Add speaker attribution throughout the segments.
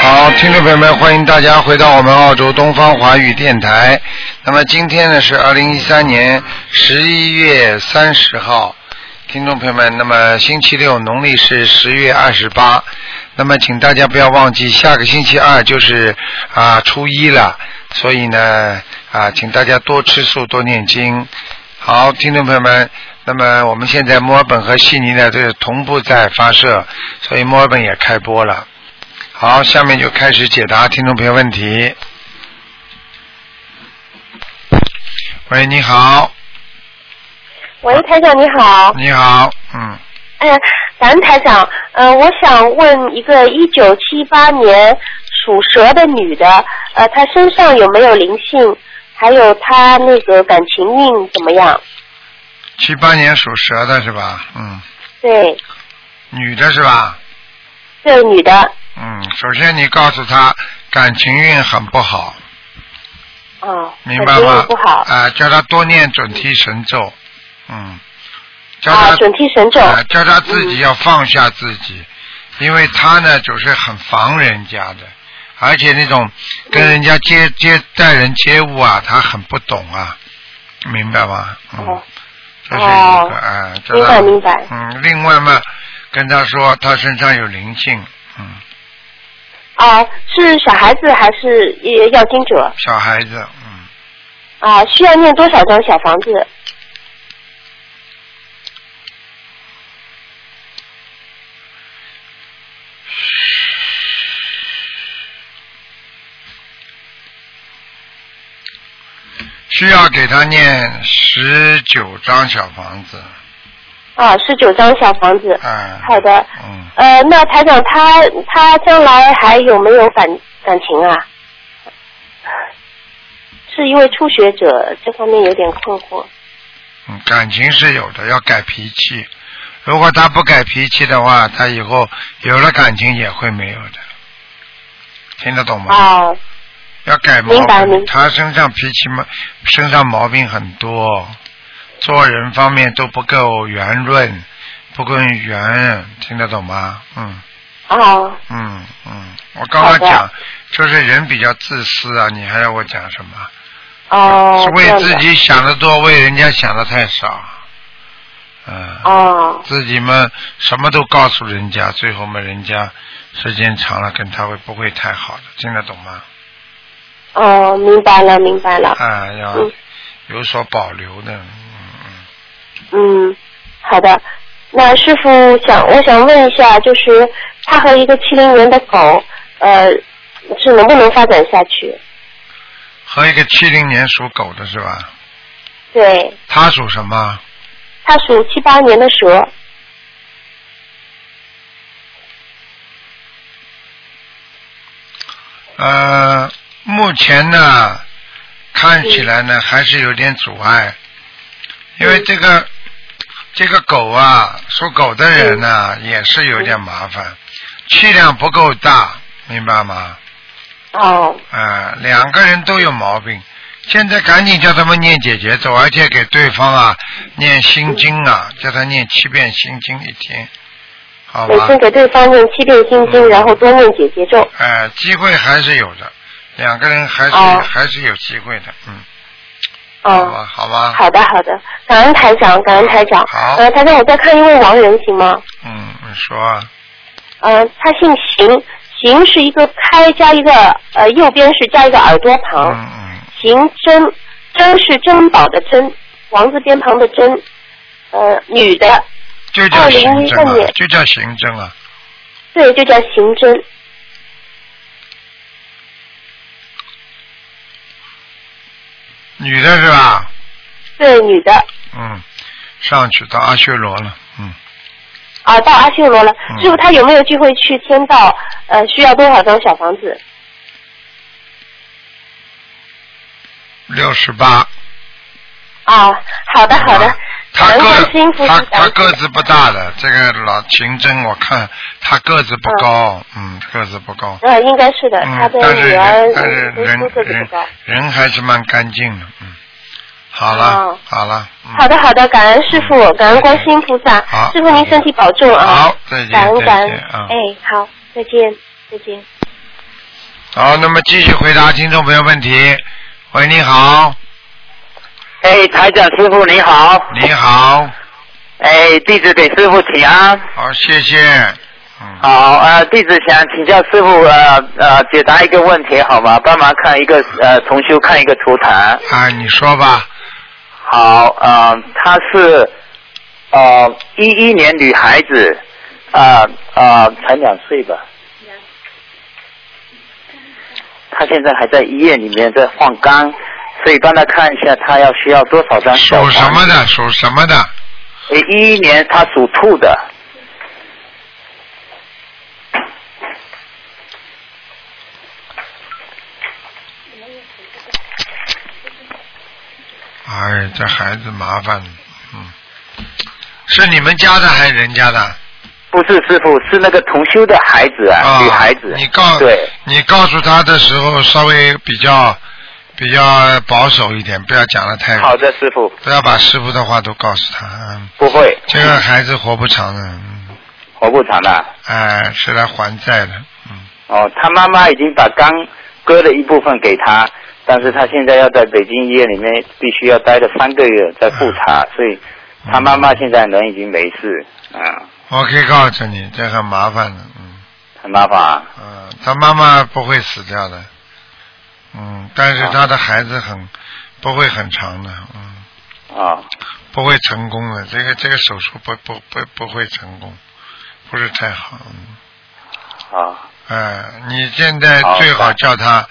Speaker 1: 朋友们，欢迎大家回到我们澳洲东方华语电台。那么今天呢是二零一三年十一月三十号，听众朋友们，那么星期六农历是十月二十八，那么请大家不要忘记，下个星期二就是啊初一了，所以呢啊，请大家多吃素，多念经。好，听众朋友们，那么我们现在墨尔本和悉尼呢，这是同步在发射，所以墨尔本也开播了。好，下面就开始解答听众朋友问题。喂，你好，
Speaker 2: 喂，台长你好。
Speaker 1: 你好，嗯，
Speaker 2: 哎呀，感恩台长，呃，我想问一个一九七八年属蛇的女的，呃，她身上有没有灵性？还有她那个感情运怎么样？
Speaker 1: 七八年属蛇的是吧？嗯，
Speaker 2: 对，
Speaker 1: 女的是吧？
Speaker 2: 对，女的。
Speaker 1: 嗯，首先你告诉她感情运很不好，
Speaker 2: 哦，
Speaker 1: 明
Speaker 2: 感
Speaker 1: 白
Speaker 2: 情
Speaker 1: 吗？
Speaker 2: 运不好。
Speaker 1: 啊、叫她多念准提神咒，嗯，叫她
Speaker 2: 啊，准提神咒。嗯
Speaker 1: 啊，叫他自己要放下自己，因为他呢就是很防人家的，而且那种跟人家
Speaker 2: 嗯
Speaker 1: 接接待人接物啊，他很不懂啊，明白吗？嗯
Speaker 2: 哦，
Speaker 1: 这是一个
Speaker 2: 哦
Speaker 1: 啊，叫
Speaker 2: 明
Speaker 1: 他
Speaker 2: 白明白。
Speaker 1: 嗯，另外嘛，跟他说他身上有灵性，嗯，
Speaker 2: 啊，是小孩子还是呃要经者？
Speaker 1: 小孩子，嗯，
Speaker 2: 啊，需要念多少张小房子？
Speaker 1: 需要给他念十九张小房子，
Speaker 2: 啊，十九张小房子。
Speaker 1: 啊，
Speaker 2: 好的，
Speaker 1: 嗯，
Speaker 2: 呃，那台长他他将来还有没有感感情啊？是一位初学者，这方面有点困惑。
Speaker 1: 嗯，感情是有的，要改脾气。如果他不改脾气的话，他以后有了感情也会没有的。听得懂吗？
Speaker 2: 啊，
Speaker 1: 要改毛
Speaker 2: 明白
Speaker 1: 病
Speaker 2: 明白。
Speaker 1: 他身上脾气嘛，身上毛病很多，做人方面都不够圆润，不够圆，听得懂吗？嗯
Speaker 2: 啊，
Speaker 1: 嗯嗯，我刚刚
Speaker 2: 好的
Speaker 1: 讲就是人比较自私啊，你还要我讲什么？
Speaker 2: 哦，
Speaker 1: 是为
Speaker 2: 这样
Speaker 1: 自
Speaker 2: 的
Speaker 1: 己想的多，为人家想的太少。嗯。
Speaker 2: 哦，
Speaker 1: 自己嘛什么都告诉人家，最后嘛人家时间长了跟他会不会太好的，听得懂吗？
Speaker 2: 哦，明白了，明白了。
Speaker 1: 啊，要
Speaker 2: 嗯
Speaker 1: 有所保留的，嗯嗯，
Speaker 2: 嗯，好的。那师傅想，我想问一下，就是他和一个七零年的狗，呃，是能不能发展下去？
Speaker 1: 和一个七零年属狗的是吧？
Speaker 2: 对，
Speaker 1: 他属什么？
Speaker 2: 他属七八年的蛇，
Speaker 1: 呃，目前呢，看起来呢还是有点阻碍，因为
Speaker 2: 嗯
Speaker 1: 这个这个狗啊，属狗的人呢、
Speaker 2: 嗯
Speaker 1: 也是有点麻烦，气量不够大，明白吗？
Speaker 2: 哦，
Speaker 1: 啊、两个人都有毛病，现在赶紧叫他们念姐姐咒，而且给对方啊念心经
Speaker 2: 嗯
Speaker 1: 啊，叫他念七遍心经一天，好
Speaker 2: 每
Speaker 1: 吧嗯
Speaker 2: 天？给对方念七遍心经，然后多念姐姐咒。
Speaker 1: 哎、机会还是有的，两个人还是、
Speaker 2: 哦
Speaker 1: 还是有机会的，嗯，好
Speaker 2: 哦，
Speaker 1: 吧，好吧，
Speaker 2: 好的好的，感恩台长，感恩台长。
Speaker 1: 啊好
Speaker 2: 呃，台长，我再看一位亡人行吗？
Speaker 1: 嗯，你说啊，
Speaker 2: 呃，他姓邢，邢是一个开加一个呃，右边是加一个耳朵旁。
Speaker 1: 嗯嗯，
Speaker 2: 邢珍，珍是珍宝的珍，王字边旁的珍，呃，女的，
Speaker 1: 就
Speaker 2: 哦
Speaker 1: 叫刑侦
Speaker 2: 2015
Speaker 1: 啊
Speaker 2: 年，
Speaker 1: 就叫刑侦啊，
Speaker 2: 对，就叫邢珍。
Speaker 1: 女的是吧？
Speaker 2: 对，女的
Speaker 1: 嗯，上去到阿修罗了，嗯，
Speaker 2: 啊，到阿修罗了。
Speaker 1: 嗯
Speaker 2: 师傅，他有没有机会去天道？呃，需要多少张小房子？
Speaker 1: 六十八。
Speaker 2: 啊，好的，好的。
Speaker 1: 嗯他
Speaker 2: 感恩观世音
Speaker 1: 个
Speaker 2: 菩
Speaker 1: 他
Speaker 2: 萨
Speaker 1: 他个子不大的，这个老刑侦我看他个子不高，嗯，个子不高，
Speaker 2: 呃，应该是的，他
Speaker 1: 嗯，
Speaker 2: 的
Speaker 1: 但是
Speaker 2: 女
Speaker 1: 人
Speaker 2: 儿
Speaker 1: 但是
Speaker 2: 读
Speaker 1: 人
Speaker 2: 书个子不
Speaker 1: 人嗯
Speaker 2: 高。
Speaker 1: 人还是蛮干净的，嗯，好了
Speaker 2: 哦
Speaker 1: 好了，嗯
Speaker 2: 好的，好的，感恩师傅，感恩观世音菩萨
Speaker 1: 好，
Speaker 2: 师傅您身体保重啊！
Speaker 1: 好，再见
Speaker 2: 感恩感哎
Speaker 1: 再
Speaker 2: 恩
Speaker 1: 见啊，，
Speaker 2: 哎，好，再见，再见。
Speaker 1: 好，那么继续回答听众朋友问题。喂，你好，
Speaker 3: 哎，台长师傅你好。
Speaker 1: 你。好，
Speaker 3: 哎，弟子给师傅请安。
Speaker 1: 好，谢谢。嗯，
Speaker 3: 好，呃，弟子想请教师傅，呃呃，解答一个问题好吗？帮忙看一个呃，重修看一个图腾。
Speaker 1: 啊，你说吧。
Speaker 3: 好，呃，她是呃一一年女孩子，啊、呃、啊，才两岁吧。她现在还在医院里面在换肝，所以帮她看一下，她要需要多少张小
Speaker 1: 属
Speaker 3: 房
Speaker 1: 什
Speaker 3: 子
Speaker 1: 么？的？属什么的？
Speaker 3: 呃，一一年她属兔的，
Speaker 1: 哎，这孩子麻烦了。嗯，是你们家的还是人家的？
Speaker 3: 不是师傅，是那个同修的孩子啊，
Speaker 1: 啊，
Speaker 3: 女孩子。
Speaker 1: 你告
Speaker 3: 对，
Speaker 1: 你告诉他的时候稍微比较比较保守一点，不要讲的太，
Speaker 3: 好的，师傅，
Speaker 1: 不要把师傅的话都告诉他。嗯，
Speaker 3: 不会，
Speaker 1: 这个孩子活不长的，嗯，
Speaker 3: 活不长了。
Speaker 1: 哎，是来还债的，嗯，
Speaker 3: 哦，他妈妈已经把肝割了一部分给他，但是他现在要在北京医院里面必须要待了三个月在复查，
Speaker 1: 嗯
Speaker 3: 所以他妈妈现在人已经没事，嗯，
Speaker 1: 我可以告诉你，这很麻烦的，嗯
Speaker 3: 很麻烦啊。
Speaker 1: 嗯，他妈妈不会死掉的，嗯，但
Speaker 3: 啊
Speaker 1: 是他的孩子很不会很长的，嗯，
Speaker 3: 哦
Speaker 1: 不会成功的，这个这个手术不不不不会成功，不是太好，嗯。
Speaker 3: 哦
Speaker 1: 哎，你现在最好叫他，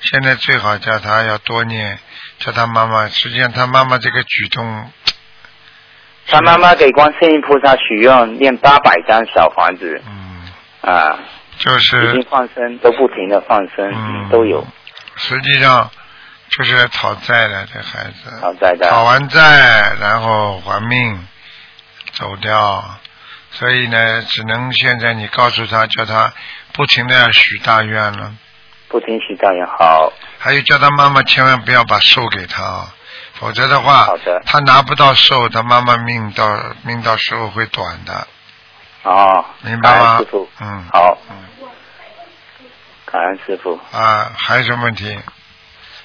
Speaker 1: 现在最好叫他要多念，叫他妈妈。实际上，他妈妈这个举动，
Speaker 3: 他妈妈给观世音菩萨许愿念八百张小房子
Speaker 1: 嗯，
Speaker 3: 啊，
Speaker 1: 就
Speaker 3: 已经
Speaker 1: 是
Speaker 3: 放生都不停的放生，
Speaker 1: 嗯
Speaker 3: 都有
Speaker 1: 实际上就是来讨债的这孩子，
Speaker 3: 好在的。
Speaker 1: 讨完债然后还命走掉，所以呢，只能现在你告诉他，叫他不停的要许大愿了。
Speaker 3: 不听许大人好，
Speaker 1: 还有叫他妈妈千万不要把寿给他啊，否则的话，
Speaker 3: 好的
Speaker 1: 他拿不到寿，他妈妈命到命到时候会短的，
Speaker 3: 哦，
Speaker 1: 明白
Speaker 3: 感
Speaker 1: 吗
Speaker 3: 恩师傅，？
Speaker 1: 嗯，
Speaker 3: 好，
Speaker 1: 嗯
Speaker 3: 感恩师傅。
Speaker 1: 啊，还有什么问题？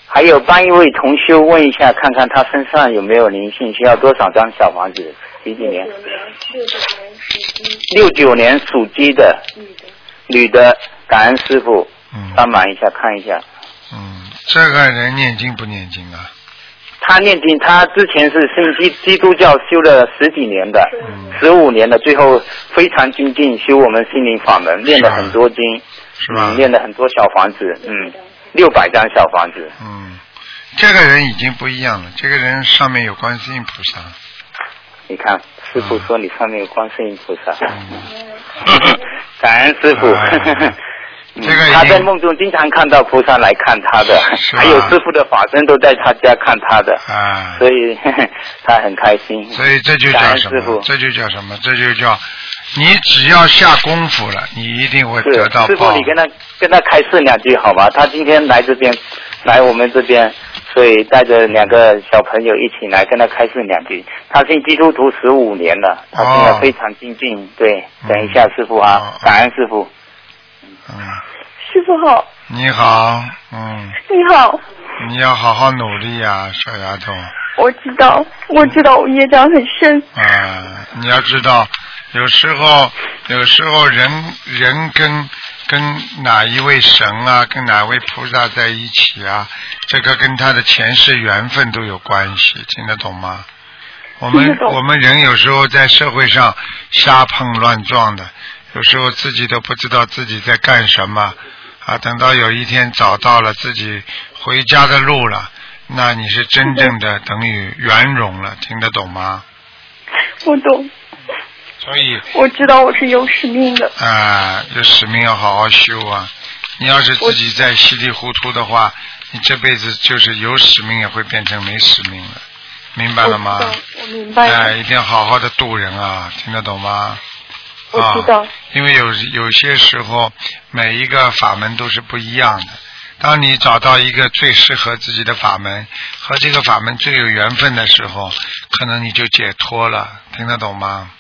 Speaker 3: 还有帮一位同修问一下，看看他身上有没有灵性，需要多少张小房子？几几年？六九年属鸡的女的，感恩师傅
Speaker 1: 嗯
Speaker 3: 帮忙一下看一下。
Speaker 1: 嗯，这个人念经不念经啊？
Speaker 3: 她念经，她之前是信基基督教修了十几年的，
Speaker 1: 嗯，
Speaker 3: 十五年的，最后非常精进修我们心灵法
Speaker 1: 啊
Speaker 3: 门，念了很多经，
Speaker 1: 是吧
Speaker 3: 嗯？念了很多小房子，嗯，六百张小房子，
Speaker 1: 嗯，这个人已经不一样了，这个人上面有观世音菩萨，
Speaker 3: 你看师傅说你上面有观世音菩萨。
Speaker 1: 嗯，
Speaker 3: 感恩师傅。
Speaker 1: 哎
Speaker 3: 嗯
Speaker 1: 这个已经
Speaker 3: 他在梦中经常看到菩萨来看他的，
Speaker 1: 是吧
Speaker 3: 还有师傅的法身都在他家看他的，
Speaker 1: 啊，
Speaker 3: 所以 他很开心。
Speaker 1: 所以这就
Speaker 3: 感
Speaker 1: 叫
Speaker 3: 恩
Speaker 1: 什
Speaker 3: 师
Speaker 1: 么
Speaker 3: 傅？
Speaker 1: 这就叫什么？这就叫你只要下功夫了，你一定会
Speaker 3: 是
Speaker 1: 得到
Speaker 3: 师傅
Speaker 1: 报，
Speaker 3: 你。跟他跟他开示两句好吗？他今天来这边，来我们这边，所以带着两个小朋友一起来跟他开示两句。他信基督徒十五年了，他现
Speaker 1: 哦
Speaker 3: 在非常精进。对，
Speaker 1: 嗯
Speaker 3: 等一下师傅啊，
Speaker 1: 哦哦
Speaker 3: 感恩师傅。
Speaker 1: 嗯，
Speaker 2: 师傅好，
Speaker 1: 你好，嗯，
Speaker 2: 你好，
Speaker 1: 你要好好努力呀、小丫头
Speaker 2: 我知道，我知道我业障很深，
Speaker 1: 啊！你要知道，有时候，有时候人人跟跟哪一位神啊，跟哪位菩萨在一起啊，这个跟他的前世缘分都有关系，听得懂吗？我
Speaker 2: 听
Speaker 1: 们
Speaker 2: 得懂
Speaker 1: 我们人有时候在社会上瞎碰乱撞的，有时候自己都不知道自己在干什么啊。等到有一天找到了自己回家的路了，那你是真正的等于圆融了，听得懂吗？
Speaker 2: 我懂，
Speaker 1: 所以
Speaker 2: 我知道我是有使命的，
Speaker 1: 啊，有使命要好好修啊。你要是自己再稀里糊涂的话，你这辈子就是有使命也会变成没使命了，明白了吗？
Speaker 2: 我知道我明白了
Speaker 1: 哎，一定要好好的度人啊，听得懂吗？
Speaker 2: 我
Speaker 1: 啊
Speaker 2: 知道，
Speaker 1: 因为有有些时候，每一个法门都是不一样的。当你找到一个最适合自己的法门，和这个法门最有缘分的时候，可能你就解脱了，听得懂吗？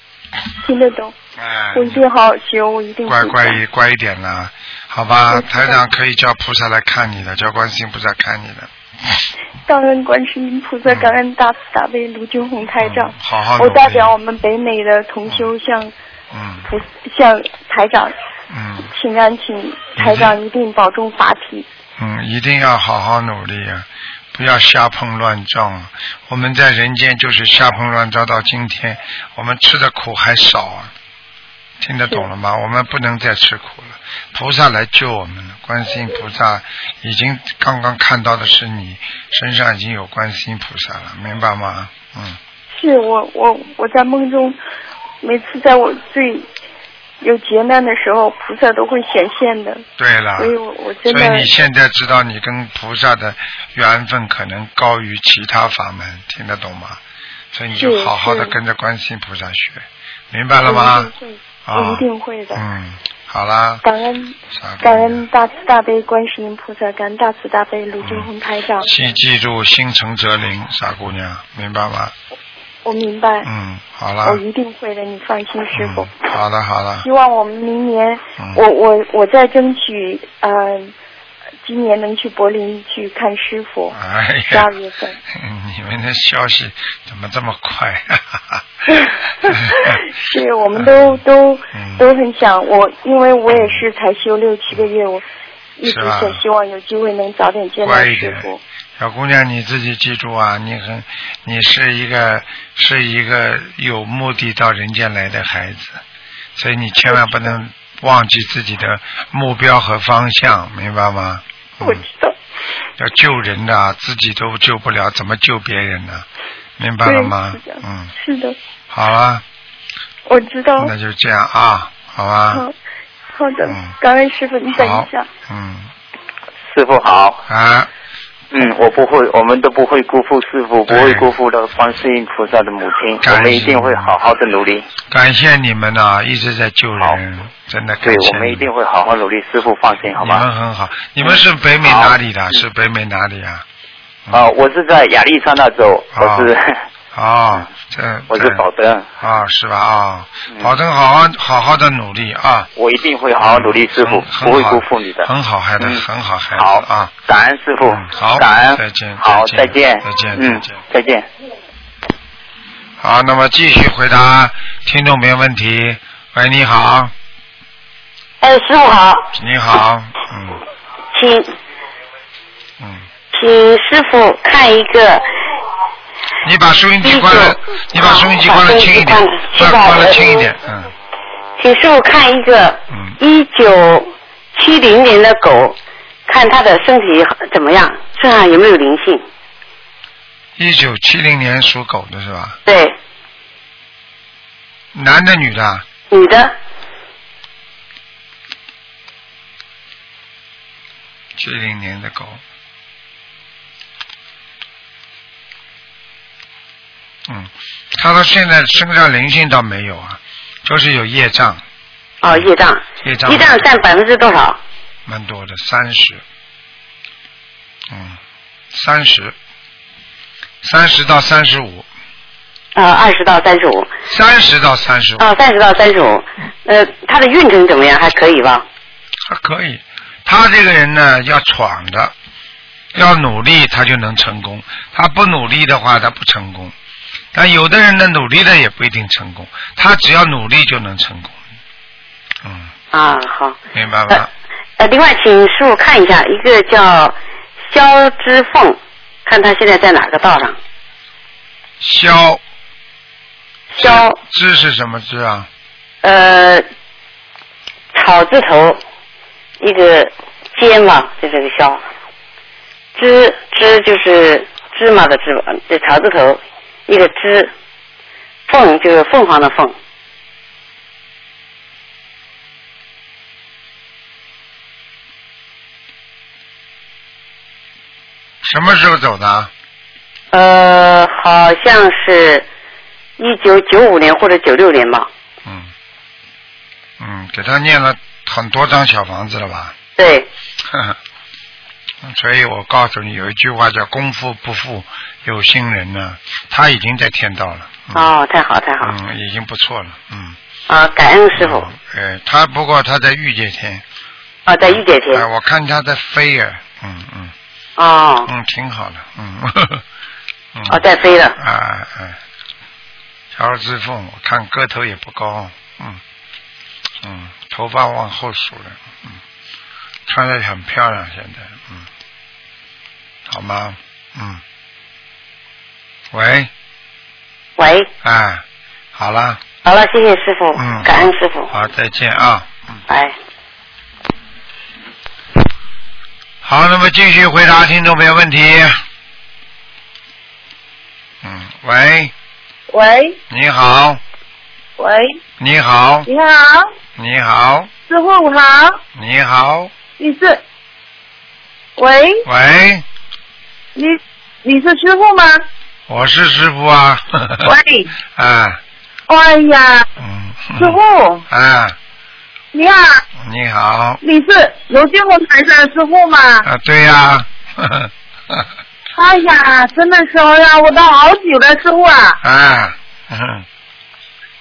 Speaker 2: 听得懂，
Speaker 1: 哎，
Speaker 2: 我一定好好学，我一定
Speaker 1: 乖
Speaker 2: 会
Speaker 1: 乖
Speaker 2: 的
Speaker 1: 一乖一点啦。好吧，台长可以叫菩萨来看你的，叫观世音菩萨看你的。
Speaker 4: 感恩观世音菩萨，感恩大慈大悲卢军红台长。
Speaker 1: 嗯好好努
Speaker 4: 我
Speaker 1: 力
Speaker 4: 代表我们北美的同修向
Speaker 1: 嗯
Speaker 4: 菩向台长
Speaker 1: 嗯
Speaker 4: 请安，请台长一定保重法体。
Speaker 1: 嗯，一定要好好努力啊，不要瞎碰乱撞啊。我们在人间就是瞎碰乱撞到今天，我们吃的苦还少啊。听得懂了吗？我们不能再吃苦了，菩萨来救我们了。观世音菩萨已经刚刚看到的是你身上已经有观世音菩萨了，明白吗？嗯。
Speaker 4: 是我我我在梦中，每次在我最有劫难的时候，菩萨都会显现的。
Speaker 1: 对了，
Speaker 4: 所以我我真的
Speaker 1: 啊所以你现在知道你跟菩萨的缘分可能高于其他法门，听得懂吗？所以你就是好好的
Speaker 4: 是
Speaker 1: 跟着观世音菩萨学，明白了吗？
Speaker 5: 嗯
Speaker 1: 啊，
Speaker 4: 嗯我一定会的。
Speaker 1: 嗯，好啦，
Speaker 4: 感恩
Speaker 1: 傻姑
Speaker 4: 感
Speaker 1: 娘
Speaker 4: 恩大慈大悲观世音菩萨，感恩大慈大悲卢军红台长。
Speaker 1: 记记住心诚则灵，傻姑娘，明白吗？
Speaker 4: 我明白，
Speaker 1: 嗯，好啦，
Speaker 4: 哎我一定会的，你放心，师傅。
Speaker 1: 嗯，好的好的
Speaker 4: 希，望我们明年，
Speaker 1: 嗯
Speaker 4: 我我我再争取，呃，今年能去柏林去看师傅。
Speaker 1: 哎
Speaker 4: 十
Speaker 1: 呀
Speaker 4: 二，月份，
Speaker 1: 你们的消息怎么这么快？啊
Speaker 4: 是我们都都
Speaker 1: 哎嗯
Speaker 4: 都很想我，因为我也是才休六七个月，我一
Speaker 1: 是
Speaker 4: 直
Speaker 1: 吧
Speaker 4: 想希望有机会能早点见到
Speaker 1: 乖一
Speaker 4: 师
Speaker 1: 点
Speaker 4: 傅。
Speaker 1: 小姑娘，你自己记住啊，你很，你是一个是一个有目的到人间来的孩子，所以你千万不能忘记自己的目标和方向，明白吗？嗯
Speaker 4: 我知，道，
Speaker 1: 要救人的啊，自己都救不了，怎么救别人呢？明白了吗
Speaker 4: 对是的？
Speaker 1: 嗯，
Speaker 4: 是的，
Speaker 1: 好了，
Speaker 4: 我知道。
Speaker 1: 那就这样啊，好吧
Speaker 4: 好，，好的
Speaker 1: 嗯，
Speaker 4: 感恩师傅，你等
Speaker 1: 好
Speaker 4: 一下。，
Speaker 1: 嗯，
Speaker 3: 师傅好，
Speaker 1: 啊，
Speaker 3: 嗯，我不会，我们都不会辜负师傅，不
Speaker 1: 对
Speaker 3: 会辜负的观世音菩萨的母亲，
Speaker 1: 感
Speaker 3: 我们一
Speaker 1: 谢
Speaker 3: 定会好好的努力，
Speaker 1: 感谢你们呐、一直在救人，真的感
Speaker 3: 对，
Speaker 1: 谢
Speaker 3: 我们
Speaker 1: 你
Speaker 3: 一定会好好努力，师傅放心，好嗯
Speaker 1: 你
Speaker 3: 吧
Speaker 1: 们？啊很好，你们是北美哪里的？是北美哪里啊？
Speaker 3: 啊，我是在亚利桑那州，
Speaker 1: 好
Speaker 3: 我是
Speaker 1: 哦，这
Speaker 3: 嗯我是保登，
Speaker 1: 啊、是吧？啊、
Speaker 3: 嗯
Speaker 1: 保证好好好好的努力啊！
Speaker 3: 我一定会好好努力，师傅
Speaker 1: 嗯很好
Speaker 3: 不会辜负你的。
Speaker 1: 很好孩子
Speaker 3: 嗯
Speaker 1: 很好孩子
Speaker 3: 好
Speaker 1: 啊！
Speaker 3: 感恩师傅
Speaker 1: 嗯，好
Speaker 3: 感恩，
Speaker 1: 再见
Speaker 3: 好，
Speaker 1: 再
Speaker 3: 再
Speaker 1: 见
Speaker 3: 见，
Speaker 1: 再见再
Speaker 3: 嗯
Speaker 1: 见，
Speaker 3: 再见。
Speaker 1: 好，那么继续回答听众朋友问题。喂，你好，
Speaker 2: 哎，师傅好，
Speaker 1: 你好，嗯
Speaker 2: 请
Speaker 1: 嗯，
Speaker 2: 请师傅看一个
Speaker 1: 你把收音机关了
Speaker 2: 嗯，
Speaker 1: 你把收音机关了
Speaker 2: 好
Speaker 1: 轻一点
Speaker 2: 收音，机
Speaker 1: 关
Speaker 2: 关了
Speaker 1: 关了
Speaker 2: 知道了
Speaker 1: 轻一点，嗯
Speaker 2: 请师傅看一个
Speaker 1: 嗯，
Speaker 2: 一九七零年的狗，看它的身体怎么样，身上有没有灵性？
Speaker 1: 一九七零年属狗的是吧？
Speaker 2: 对，
Speaker 1: 男的女的啊？
Speaker 2: 女的，
Speaker 1: 七零年的狗。嗯，他说现在身上灵性倒没有啊，就是有业障，
Speaker 2: 哦，业障，
Speaker 1: 业障
Speaker 2: 业障占百分之多少？
Speaker 1: 蛮多的，三十。嗯，三十，三十到三十五，
Speaker 2: 呃，二十到三十五，
Speaker 1: 三十到三十五
Speaker 2: 哦，三十到三十五，呃，它的运程怎么样？还可以吧？
Speaker 1: 还啊可以。他这个人呢，要闯的，要努力，他就能成功。他不努力的话，他不成功。但有的人呢，努力了也不一定成功。他只要努力就能成功。嗯，
Speaker 2: 啊，好。
Speaker 1: 明白吗
Speaker 2: 呃？呃，另外，请师傅看一下一个叫肖之凤，看他现在在哪个道上？
Speaker 1: 肖
Speaker 2: 肖
Speaker 1: 知是什么知啊？
Speaker 2: 呃，草字头，一个尖嘛，就是个肖。芝芝就是芝麻的芝麻，嗯这草字头一个芝，凤就是凤凰的凤。
Speaker 1: 什么时候走的啊？
Speaker 2: 呃，好像是一九九五年或者九六年吧。
Speaker 1: 嗯，嗯，给他念了很多张小房子了吧？
Speaker 2: 对，
Speaker 1: 哼所以我告诉你，有一句话叫“功夫不负有心人”呢，他已经在天道了。嗯、
Speaker 2: 哦，太好太好，
Speaker 1: 嗯，已经不错了，嗯。哎
Speaker 2: 啊，感恩师傅。
Speaker 1: 嗯。呃，他不过他在欲界天，
Speaker 6: 啊，在一点天
Speaker 1: 哎，。我看它在飞呀，嗯嗯
Speaker 6: 哦，
Speaker 1: 嗯，挺好的，嗯 嗯。
Speaker 6: 哦，在飞了。
Speaker 1: 啊哎，乔尔之凤，我看个头也不高，嗯嗯，头发往后梳了，嗯，穿的很漂亮，现在，嗯，好吗？嗯，喂，
Speaker 6: 喂，
Speaker 1: 哎，好啦，
Speaker 6: 好了，谢谢师傅，
Speaker 1: 嗯
Speaker 6: 感恩师傅，
Speaker 1: 好，再见啊，嗯，
Speaker 2: 哎
Speaker 6: 拜。
Speaker 1: 好，那么继续回答听众朋友问题。嗯，喂，
Speaker 5: 喂
Speaker 1: 你好，
Speaker 5: 喂，
Speaker 1: 你好，
Speaker 5: 你好，
Speaker 1: 你好，
Speaker 5: 师傅好，
Speaker 1: 你好，
Speaker 5: 你是喂，
Speaker 1: 喂。
Speaker 5: 你你是师傅吗？
Speaker 1: 我是师傅啊。
Speaker 5: 喂，
Speaker 1: 啊，
Speaker 5: 哎呀，
Speaker 1: 嗯。
Speaker 5: 师傅
Speaker 1: 啊，
Speaker 5: 你好，
Speaker 1: 你好。
Speaker 5: 你是刘建红台上的师傅吗？
Speaker 1: 啊，对呀、 啊。
Speaker 5: 哎呀，真的是哎呀，我等好久了，师傅啊，
Speaker 1: 啊，嗯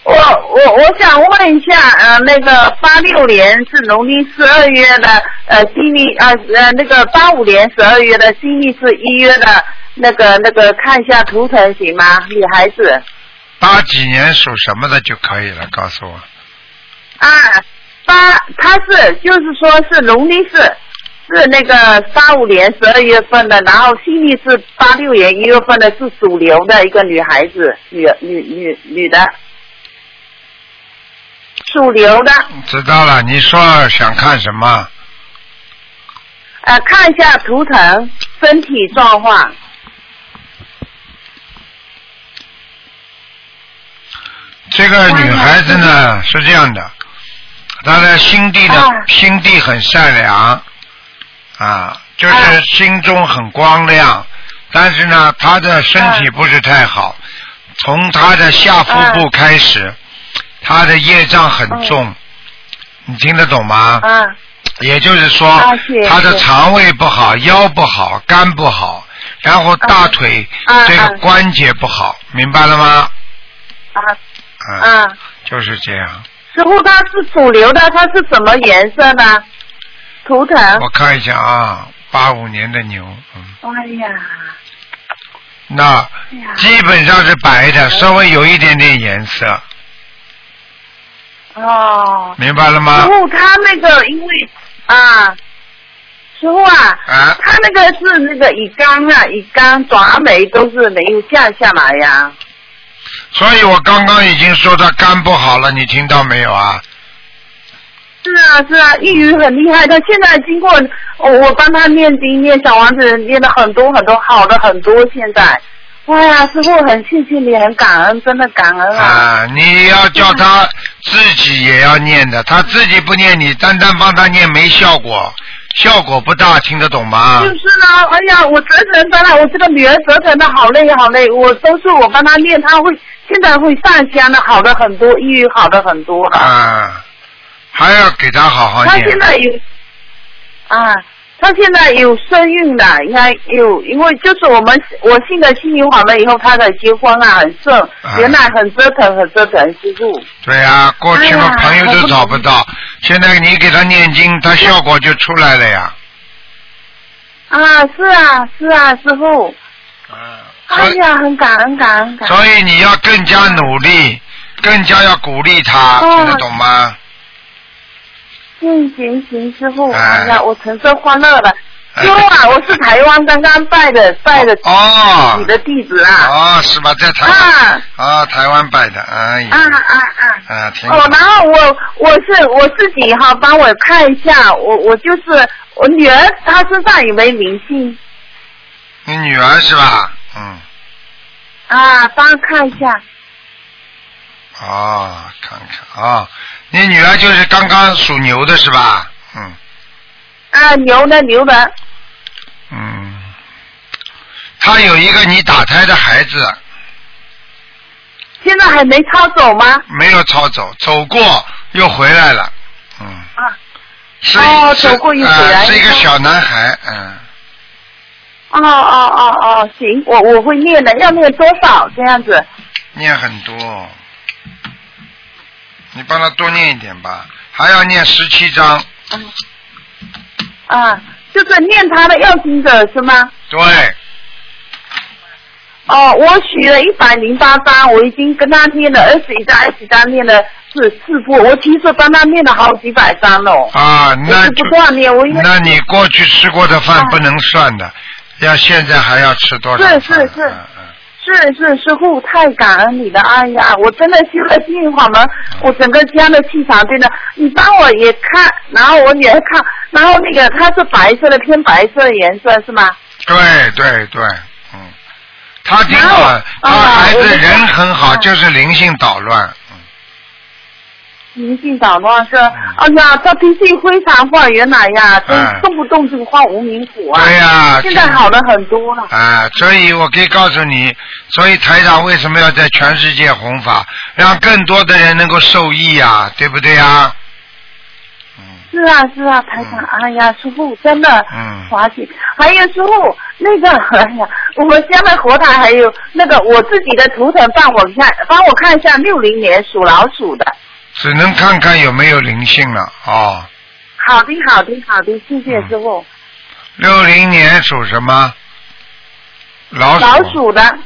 Speaker 5: 我我我想问一下，呃，那个八六年是农历十二月的，呃，新历呃呃那个八五年十二月的新历是一月的，那个那个看一下图腾行吗？女孩子
Speaker 1: 八几年属什么的就可以了，告诉我。
Speaker 5: 啊，八她是就是说是农历是是那个八五年十二月份的，然后新历是八六年一月份的，是属牛的一个女孩子，女女女女的，属牛的。
Speaker 1: 知道了，你说想看什么？
Speaker 5: 呃，看一下图腾，身体状况。
Speaker 1: 这个女孩子呢是这样的，她的心地呢、
Speaker 5: 啊
Speaker 1: 心地很善良，啊，就是
Speaker 5: 啊
Speaker 1: 心中很光亮，但是呢，她的身体不是太好，从她的下腹部开始，她的业障很重，你听得懂吗？
Speaker 7: 哦
Speaker 5: 啊
Speaker 1: 也就是说，
Speaker 5: 啊是
Speaker 1: 他的
Speaker 5: 是
Speaker 1: 肠胃不好，腰不好，肝不好，然后大腿、
Speaker 5: 啊
Speaker 1: 这
Speaker 5: 啊
Speaker 1: 个关节不好，明白了吗？
Speaker 5: 啊
Speaker 1: 嗯，
Speaker 5: 啊！
Speaker 1: 就是这样。
Speaker 5: 师傅，他是属牛的，他是什么颜色呢？图腾。
Speaker 1: 我看一下啊，八五年的牛，嗯，
Speaker 5: 哎呀，
Speaker 1: 那
Speaker 5: 哎呀，嗯
Speaker 1: 基本上是白的，稍微有一点点颜色，
Speaker 5: 哦。
Speaker 1: 明白了吗
Speaker 5: 师？傅，他那个因为啊，师傅啊，
Speaker 1: 啊，
Speaker 5: 他那个是那个乙肝啊，乙肝爪霉都是没有降下来呀、
Speaker 1: 所以我刚刚已经说他肝不好了，你听到没有啊？
Speaker 5: 是啊是啊，抑郁很厉害的。现在经过我我帮他念经念小王子，念了很多很多，好的很多。现在，哎呀，师傅很谢谢你，很感恩，真的感恩啊！
Speaker 1: 啊，你要叫他自己也要念的，他自己不念你，单单帮他念没效果，效果不大，听得懂吗
Speaker 5: 就？是呢，哎呀，我折腾她了，我这个女儿折腾的好累好累，我都是我帮她念，她会现在会上香的，好的很多，抑郁好的很多了。
Speaker 1: 啊，还要给他好好
Speaker 5: 她
Speaker 1: 哦念
Speaker 5: 现。在有啊，她现在有身孕的，应该有，因为就是我们我信的心灵法门以后，她的结婚啊很顺，原来很折腾很折腾，师傅。
Speaker 1: 对啊，过去嘛
Speaker 5: 哎呀
Speaker 1: 朋友都找不到，现在你给他念经，他效果就出来了呀。
Speaker 5: 啊，是啊，是啊，师傅。哎
Speaker 1: 啊所以
Speaker 5: 呀，很感恩，感恩，感恩。
Speaker 1: 所以你要更加努力，更加要鼓励他，
Speaker 5: 哦
Speaker 1: 听得懂吗？
Speaker 5: 行行行，师傅，
Speaker 1: 哎
Speaker 5: 哎呀，我成身欢乐了。
Speaker 1: 哎
Speaker 5: 师傅啊，我是台湾刚刚拜的拜的你
Speaker 1: 哦，
Speaker 5: 的弟子啊。
Speaker 1: 哦，是吧？在台湾
Speaker 5: 啊
Speaker 1: 啊，台湾摆的，哎
Speaker 5: 啊
Speaker 1: 呀，
Speaker 5: 啊啊！
Speaker 1: 啊，挺好
Speaker 5: 哦，。然后我我是我自己哈，帮我看一下，我我就是我女儿她身上有没有灵性
Speaker 1: 你女儿是吧？嗯，
Speaker 5: 啊？帮我看一下
Speaker 1: 哦，看看啊、你女儿就是刚刚属牛的是吧？嗯
Speaker 5: 啊，牛的牛的
Speaker 1: 嗯，她有一个你打胎的孩子，
Speaker 5: 现在还没抄走吗？
Speaker 1: 没有抄走，走过又回来了，嗯，
Speaker 5: 啊
Speaker 1: 是
Speaker 5: 哦
Speaker 1: 是
Speaker 5: 走过又回
Speaker 1: 呃
Speaker 5: 来
Speaker 1: 是一个
Speaker 5: 那
Speaker 1: 小男孩，嗯，
Speaker 5: 哦哦哦哦，行，我我会念的，要念多少这样子？
Speaker 1: 念很多，你帮他多念一点吧，还要念十七章，
Speaker 5: 啊，就是念他的要经者是吗？
Speaker 1: 对，
Speaker 5: 哦，我许了一百零八张，我已经跟他念了二十一张，二十张念了四四部，我其实帮他念了好几百张了。
Speaker 1: 啊，那
Speaker 5: 我是
Speaker 1: 就
Speaker 5: 不断念，我因为
Speaker 1: 那你过去吃过的饭不能算的，要现在还要吃多少饭？
Speaker 5: 是是是
Speaker 1: 嗯嗯
Speaker 5: 是是师傅太感恩你了，哎呀，我真的修了心法门，
Speaker 1: 嗯
Speaker 5: 我整个家的气场变得，你帮我也看，然后我女儿看，然后那个它是白色的，偏白色的颜色是吗？
Speaker 1: 对对对，嗯，他挺
Speaker 5: 然后
Speaker 1: 好
Speaker 5: 啊，
Speaker 1: 他孩
Speaker 5: 我
Speaker 1: 子
Speaker 5: 们
Speaker 1: 人很好，
Speaker 5: 啊
Speaker 1: 就是灵性捣乱。嗯
Speaker 5: 灵性捣乱是，哎呀，他脾气非常坏，原来呀，
Speaker 1: 嗯
Speaker 5: 真动不动就画无名火啊。
Speaker 1: 对哎呀，
Speaker 5: 现在好了很多了。
Speaker 1: 啊，所以我可以告诉你，所以台长为什么要在全世界弘法，让更多的人能够受益啊，对不对啊？
Speaker 5: 是啊是啊，台长，哎呀，师傅真的
Speaker 1: 嗯
Speaker 5: 滑稽。还有师傅那个， 哎呀，我们家的佛台还有那个我自己的图腾，帮我看，帮我看一下六零年属老鼠的。
Speaker 1: 只能看看有没有灵性了哦。
Speaker 5: 好的好的好的，谢谢
Speaker 1: 嗯
Speaker 5: 师傅。
Speaker 1: 六零年属什么？老鼠。
Speaker 5: 老鼠的，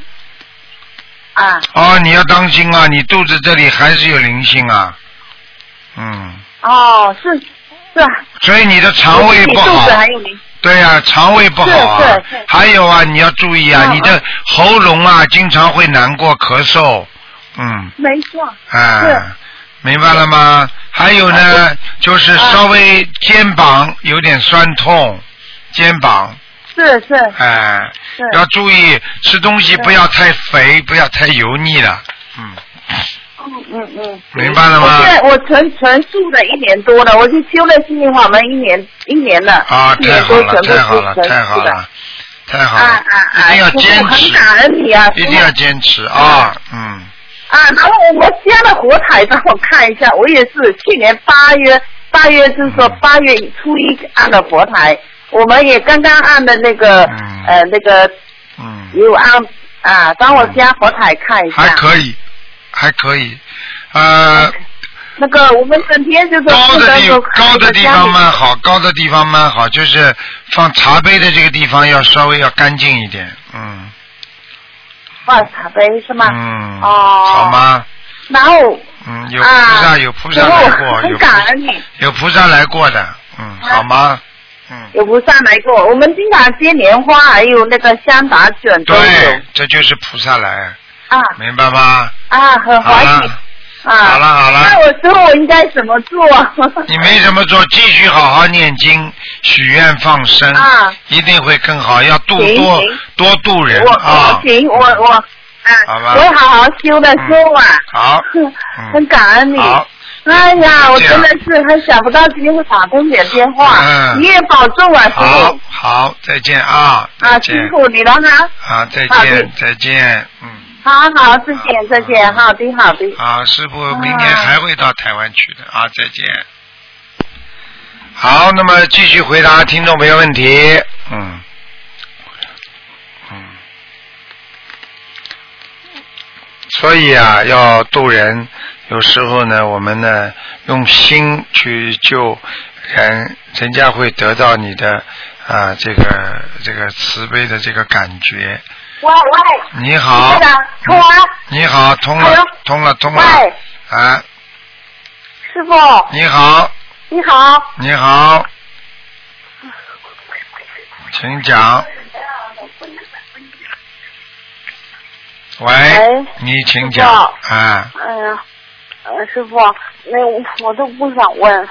Speaker 5: 啊
Speaker 1: 哦，你要当心啊！你肚子这里还是有灵性啊。嗯，
Speaker 5: 哦是是啊，
Speaker 1: 所以你的肠胃不
Speaker 5: 我自己肚
Speaker 1: 好
Speaker 5: 子。还有灵
Speaker 1: 对呀、肠胃不好啊
Speaker 5: 是是是。
Speaker 1: 还有啊，你要注意啊，
Speaker 5: 嗯
Speaker 1: 你的喉咙啊，经常会难过、咳嗽。嗯。
Speaker 5: 没错。
Speaker 1: 啊
Speaker 5: 是，啊
Speaker 1: 明白了吗？还有呢，就是稍微肩膀有点酸痛，肩膀，
Speaker 5: 是是
Speaker 1: 哎、
Speaker 5: 是，
Speaker 1: 要注意吃东西不要太肥，不要太油腻了，嗯，
Speaker 5: 嗯嗯嗯，
Speaker 1: 明白了
Speaker 5: 我
Speaker 1: 吗
Speaker 5: 现？在我纯纯素的一年多了，我就修了心灵法门一年一年了，
Speaker 1: 啊，
Speaker 5: 一
Speaker 1: 太
Speaker 5: 年
Speaker 1: 好
Speaker 5: 多
Speaker 1: 了，
Speaker 5: 全部
Speaker 1: 太好了，
Speaker 5: 是
Speaker 1: 太
Speaker 5: 纯
Speaker 1: 好
Speaker 5: 素的。
Speaker 1: 了，太好
Speaker 5: 啊
Speaker 1: 了
Speaker 5: 啊，啊！
Speaker 1: 一定要
Speaker 5: 师傅
Speaker 1: 坚
Speaker 5: 很
Speaker 1: 持，
Speaker 5: 感恩你啊，
Speaker 1: 一定
Speaker 5: 师
Speaker 1: 要
Speaker 5: 傅
Speaker 1: 坚持啊，嗯，
Speaker 5: 啊！然后我们家的火台帮我看一下，我也是去年八月，八月就是说
Speaker 1: 嗯
Speaker 5: 八月初一按的佛台，我们也刚刚按的那个、
Speaker 1: 嗯
Speaker 5: 呃那个
Speaker 1: 嗯。
Speaker 5: 有按啊，帮我家佛台看一下。
Speaker 1: 还可以，还可以，呃，
Speaker 5: 嗯那个我们整天就是
Speaker 1: 高
Speaker 5: 负
Speaker 1: 的
Speaker 5: 责
Speaker 1: 地
Speaker 5: 说
Speaker 1: 高的地
Speaker 5: 家
Speaker 1: 方
Speaker 5: 里
Speaker 1: 蛮好，高的地方蛮好，就是放茶杯的这个地方要稍微要干净一点，嗯
Speaker 5: 放茶杯是吗？
Speaker 1: 嗯，
Speaker 5: 哦
Speaker 1: 好吗？
Speaker 5: 然后
Speaker 1: 嗯，有菩
Speaker 5: 啊
Speaker 1: 萨有菩萨来过，
Speaker 5: 很
Speaker 1: 有
Speaker 5: 感啊
Speaker 1: 菩
Speaker 5: 恩你，
Speaker 1: 有菩萨来过的，嗯，好吗？嗯，
Speaker 5: 有菩萨来过。我们经常接莲花，还有那个香打卷都有
Speaker 1: 对，这就是菩萨来，
Speaker 5: 啊
Speaker 1: 明白吗？
Speaker 5: 啊，很
Speaker 1: 好
Speaker 5: 怀
Speaker 1: 了
Speaker 5: 疑， 啊。
Speaker 1: 好了好了
Speaker 5: 那我之后我应该怎么做？
Speaker 1: 你没怎么做，继续好好念经、许愿、放生，
Speaker 5: 啊
Speaker 1: 一定会更好。要度
Speaker 5: 行
Speaker 1: 多
Speaker 5: 行
Speaker 1: 多度人
Speaker 5: 我
Speaker 1: 啊
Speaker 5: 我！行，我我
Speaker 1: 好
Speaker 5: 啊，
Speaker 1: 吧
Speaker 5: 我会好好修的
Speaker 1: 嗯
Speaker 5: 修啊。
Speaker 1: 好，
Speaker 5: 很
Speaker 1: 嗯，
Speaker 5: 感恩你。
Speaker 1: 好，
Speaker 5: 哎呀，我
Speaker 1: 这样
Speaker 5: 真的是还想不到今天会打通你的电话，
Speaker 1: 嗯
Speaker 5: 你也保重啊，师
Speaker 1: 好
Speaker 5: 傅，
Speaker 1: 好，再见啊，再
Speaker 5: 啊，
Speaker 1: 见
Speaker 5: 辛，苦你了哈。
Speaker 1: 啊，再
Speaker 5: 好
Speaker 1: 见
Speaker 5: 的，
Speaker 1: 再见，嗯，
Speaker 5: 好好，再见，再见，好的，好的。
Speaker 1: 啊，师傅明年还会到台湾去的啊，再见。好，那么继续回答听众朋友问题，嗯，嗯，所以啊，要渡人，有时候呢，我们呢用心去救人，人家会得到你的啊这个这个慈悲的这个感觉。
Speaker 2: 喂喂，
Speaker 1: 你好
Speaker 2: 台，长，冲啊！
Speaker 1: 你好，通了
Speaker 2: Hello，
Speaker 1: 通了，通了。
Speaker 2: 哎喂，
Speaker 1: 啊，
Speaker 2: 师傅，
Speaker 1: 你好，
Speaker 2: 你好。
Speaker 1: 你好，请讲。喂
Speaker 2: 喂，
Speaker 1: 你请
Speaker 2: 师
Speaker 1: 讲啊！
Speaker 2: 哎呀，呃，师傅，那我我都不想问。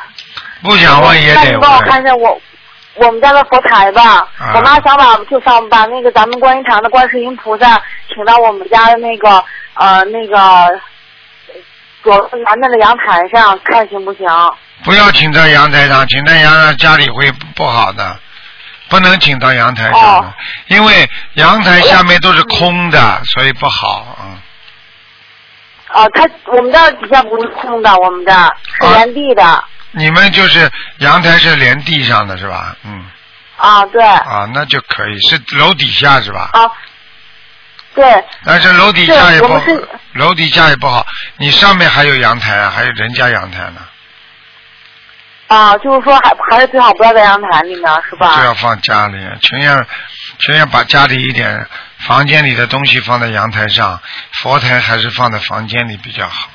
Speaker 1: 不想问也
Speaker 2: 那
Speaker 1: 得
Speaker 2: 你帮我看
Speaker 1: 问。
Speaker 2: 一下我我们家的佛台吧。
Speaker 1: 啊
Speaker 2: 我妈想把就想把那个咱们观音堂的观世音菩萨请到我们家的那个呃那个左南面的阳台上，看行不行？
Speaker 1: 不要请到阳台上，请到阳台上家里会不好的，不能请到阳台上的
Speaker 2: 哦，
Speaker 1: 因为阳台下面都是空的，所以不好。嗯，
Speaker 2: 啊，它我们家底下不是空的，我们家是原地的。
Speaker 1: 你们就是阳台是连地上的是吧？嗯。
Speaker 2: 啊，对，啊，
Speaker 1: 啊，那就可以，是楼底下是吧？
Speaker 2: 对，
Speaker 1: 但是楼底下也
Speaker 2: 是我
Speaker 1: 不
Speaker 2: 们是
Speaker 1: 楼底下也不好，你上面还有阳台啊，还有人家阳台呢。
Speaker 2: 啊，就是说还还是最好不要在阳台里面，是
Speaker 1: 就
Speaker 2: 吧？
Speaker 1: 要放家里，全要全要把家里一点房间里的东西放在阳台上，佛台还是放在房间里比较好。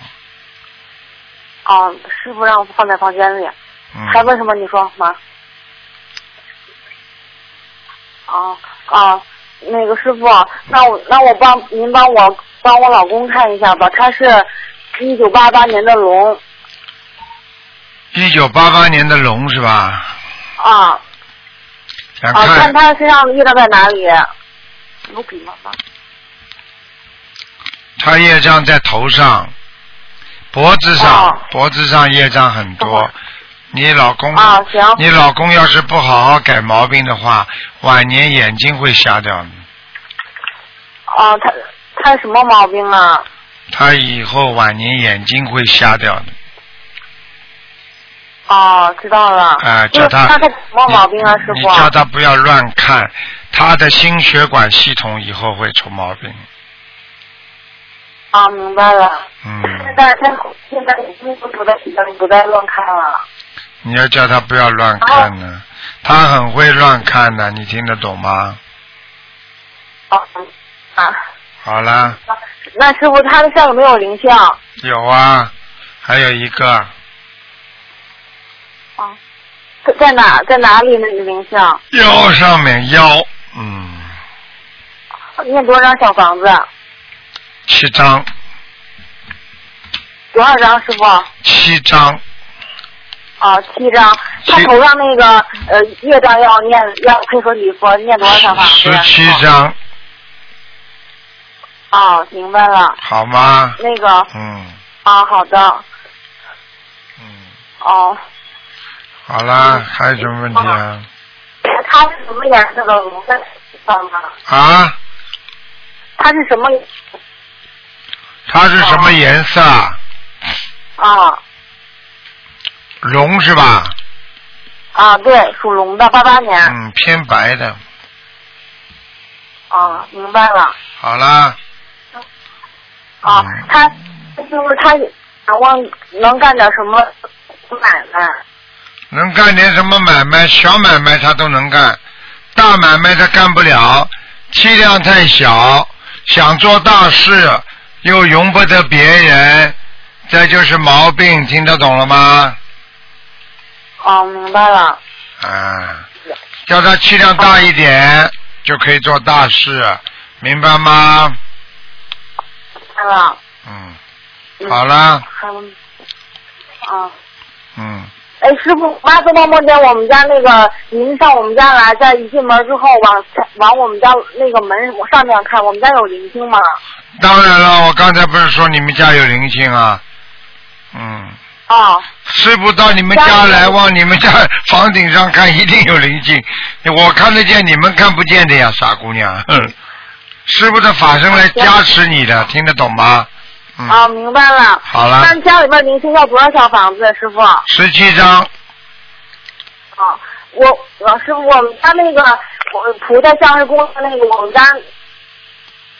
Speaker 2: 啊，师傅让我放在房间里。
Speaker 1: 嗯，
Speaker 2: 还问什么？你说妈。啊啊，那个师傅，那我那我帮您帮我帮我老公看一下吧，他是一九八八年的龙
Speaker 1: 一九八八年的龙是吧？
Speaker 2: 啊
Speaker 1: 想
Speaker 2: 啊，看
Speaker 1: 看
Speaker 2: 他身上的业障在哪里？有笔吗？妈
Speaker 1: 他业障在头上、脖子上，
Speaker 2: 哦
Speaker 1: 脖子上业障很多。你老公，
Speaker 2: 啊行
Speaker 1: 你老公要是不好好改毛病的话，晚年眼睛会瞎掉的。
Speaker 2: 啊，他他什么毛病啊？
Speaker 1: 他以后晚年眼睛会瞎掉的。
Speaker 2: 哦，知道了。
Speaker 1: 啊、
Speaker 2: 就
Speaker 1: 叫
Speaker 2: 是
Speaker 1: 他
Speaker 2: 他什么毛病啊，
Speaker 1: 你
Speaker 2: 师
Speaker 1: 你
Speaker 2: 傅？
Speaker 1: 叫他不要乱看，他的心血管系统以后会出毛病。
Speaker 2: 啊，明白了。
Speaker 1: 嗯，
Speaker 2: 现在现在现在已经不在不在乱看了。
Speaker 1: 你要叫他不要乱看
Speaker 2: 哦
Speaker 1: 呢，他很会乱看的，你听得懂吗？
Speaker 2: 啊啊，
Speaker 1: 好啦，
Speaker 2: 那师傅他的像有没有灵性？
Speaker 1: 有啊，还有一个
Speaker 2: 在在哪在哪里那个灵性？
Speaker 1: 腰上面腰，嗯，
Speaker 2: 念多少张小房子？
Speaker 1: 七张
Speaker 2: 多少张师傅？
Speaker 1: 七张，
Speaker 2: 啊，七张。
Speaker 1: 七
Speaker 2: 他头上那个呃业障要念要配合礼佛念多少啊小房子
Speaker 1: 十？七张，
Speaker 2: 啊，明白了。
Speaker 1: 好吗？
Speaker 2: 那个
Speaker 1: 嗯
Speaker 2: 啊，好的。
Speaker 1: 嗯，
Speaker 2: 哦，
Speaker 1: 好啦，还有什么问题啊？
Speaker 2: 他是什么颜色的龙？在知道吗？
Speaker 1: 啊，
Speaker 2: 他是什么
Speaker 1: 它是什么颜色？啊？
Speaker 2: 啊
Speaker 1: 龙是吧？
Speaker 2: 啊？对，属龙的，八八年。
Speaker 1: 嗯，偏白的。
Speaker 2: 啊，明白了。
Speaker 1: 好啦，
Speaker 2: 啊
Speaker 1: 嗯，
Speaker 2: 他就是他想望能干点什么买卖
Speaker 1: 能干点什么买卖？小买卖他都能干，大买卖他干不了，气量太小。想做大事又容不得别人，这就是毛病，听得懂了吗？
Speaker 2: 哦，明白了。
Speaker 1: 啊，叫他气量大一点，就可以做大事，明白吗？
Speaker 2: 明白了。
Speaker 1: 嗯，
Speaker 2: 嗯
Speaker 1: 好啦，
Speaker 2: 还有啊，
Speaker 1: 嗯，
Speaker 2: 哎，师傅，妈做梦梦见我们家那个，您上我们家来，在一进门之后往往我们家那个门往上面看，我们家有灵性吗？
Speaker 1: 当然了，我刚才不是说你们家有灵性啊？嗯。
Speaker 2: 啊
Speaker 1: 师傅到你们家来，往你们家房顶上看，一定有灵性。我看得见，你们看不见的呀，傻姑娘。 哼师傅的法身来加持你的，听得懂吗？
Speaker 2: 啊，
Speaker 1: 嗯，
Speaker 2: 明白了。
Speaker 1: 好了
Speaker 2: 哦那，家里边灵性要多少小房子，师傅？
Speaker 1: 十七章，
Speaker 2: 啊，我老师，我们家那个我菩萨像是供的那个，我们家，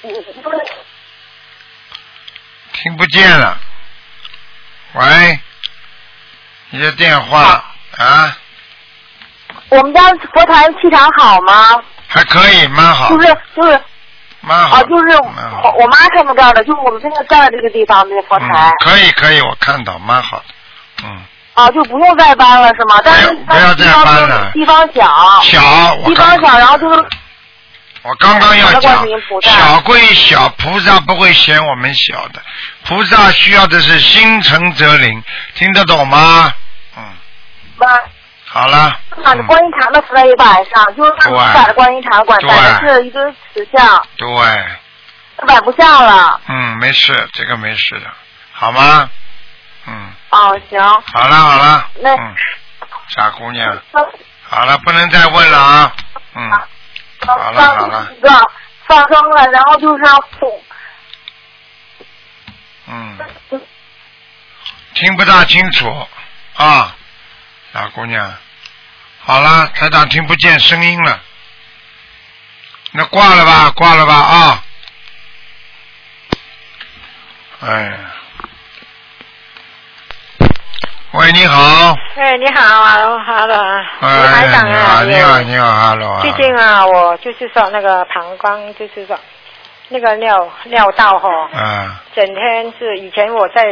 Speaker 2: 嗯，不是
Speaker 1: 听不见了。喂，你的电话啊，
Speaker 2: 我们家佛台气场好吗？
Speaker 1: 还可以，蛮好
Speaker 2: 就，是就是
Speaker 1: 蛮好，
Speaker 2: 啊，就是
Speaker 1: 蛮
Speaker 2: 我
Speaker 1: 好。
Speaker 2: 我妈他们这儿的，就是我们现在站的这个地方那个佛台
Speaker 1: 嗯，可以可以，我看到，蛮好的。嗯，
Speaker 2: 啊，就不用再搬了是吗？但是
Speaker 1: 不要
Speaker 2: 地
Speaker 1: 再搬了
Speaker 2: 方地方小，
Speaker 1: 小，我
Speaker 2: 地
Speaker 1: 刚
Speaker 2: 方小，然后就是
Speaker 1: 我刚刚要
Speaker 2: 观
Speaker 1: 讲
Speaker 2: 世音菩，萨
Speaker 1: 小归小，菩萨不会嫌我们小的，菩萨需要的是心诚则灵，听得懂吗？嗯，
Speaker 2: 把
Speaker 1: 好了，
Speaker 2: 把
Speaker 1: 嗯、
Speaker 2: 观音堂的佛台也摆上，就是让
Speaker 1: 对
Speaker 2: 你摆的观音堂管摆
Speaker 1: 对
Speaker 2: 的是一堆石像，
Speaker 1: 对，
Speaker 2: 摆不下了。
Speaker 1: 嗯，没事，这个没事的，好吗？嗯，
Speaker 2: 哦，行，
Speaker 1: 好了好了，
Speaker 2: 那
Speaker 1: 嗯，傻姑娘，
Speaker 2: 那
Speaker 1: 好了，不能再问了啊，嗯，好了好了，
Speaker 2: 一个放生了，然后就是让父
Speaker 1: 嗯，听不大清楚啊，傻姑娘，好了，台长听不见声音了，那挂了吧，挂了吧啊，哎呀，喂，你好。
Speaker 8: 哎，你好啊，哈喽，卢台
Speaker 1: 哎，
Speaker 8: 长
Speaker 1: 你
Speaker 8: 啊，
Speaker 1: 好，你好，你好，哈喽。
Speaker 8: 最近啊，我就是说那个膀胱，就是说那个尿尿道哈、
Speaker 1: 啊，
Speaker 8: 整天是以前我在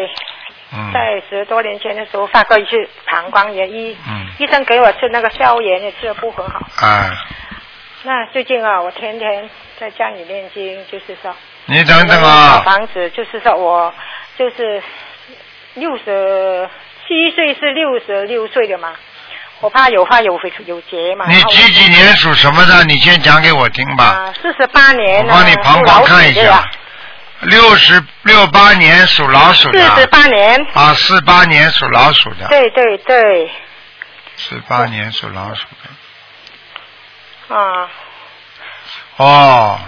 Speaker 1: 嗯，
Speaker 8: 在十多年前的时候发过一次膀胱炎，医、
Speaker 1: 嗯
Speaker 8: 医生给我吃那个消炎也吃的不很好。
Speaker 1: 啊，
Speaker 8: 那最近啊，我天天在家里念经，就是说
Speaker 1: 你等等
Speaker 8: 小
Speaker 1: 啊，
Speaker 8: 房子就是说我就是六十七岁是六十六岁的嘛，我怕有话有回有结嘛。
Speaker 1: 你
Speaker 8: 然后
Speaker 1: 几几年属什么的？你先讲给我听吧。
Speaker 8: 啊，四十八年
Speaker 1: 我
Speaker 8: 呢，
Speaker 1: 帮你膀胱看一下，六十六八年属老鼠的。
Speaker 8: 四十八年，
Speaker 1: 啊，四八年属老鼠的，
Speaker 8: 对对对，
Speaker 1: 四八年属老鼠的。
Speaker 8: 啊，
Speaker 1: 哦，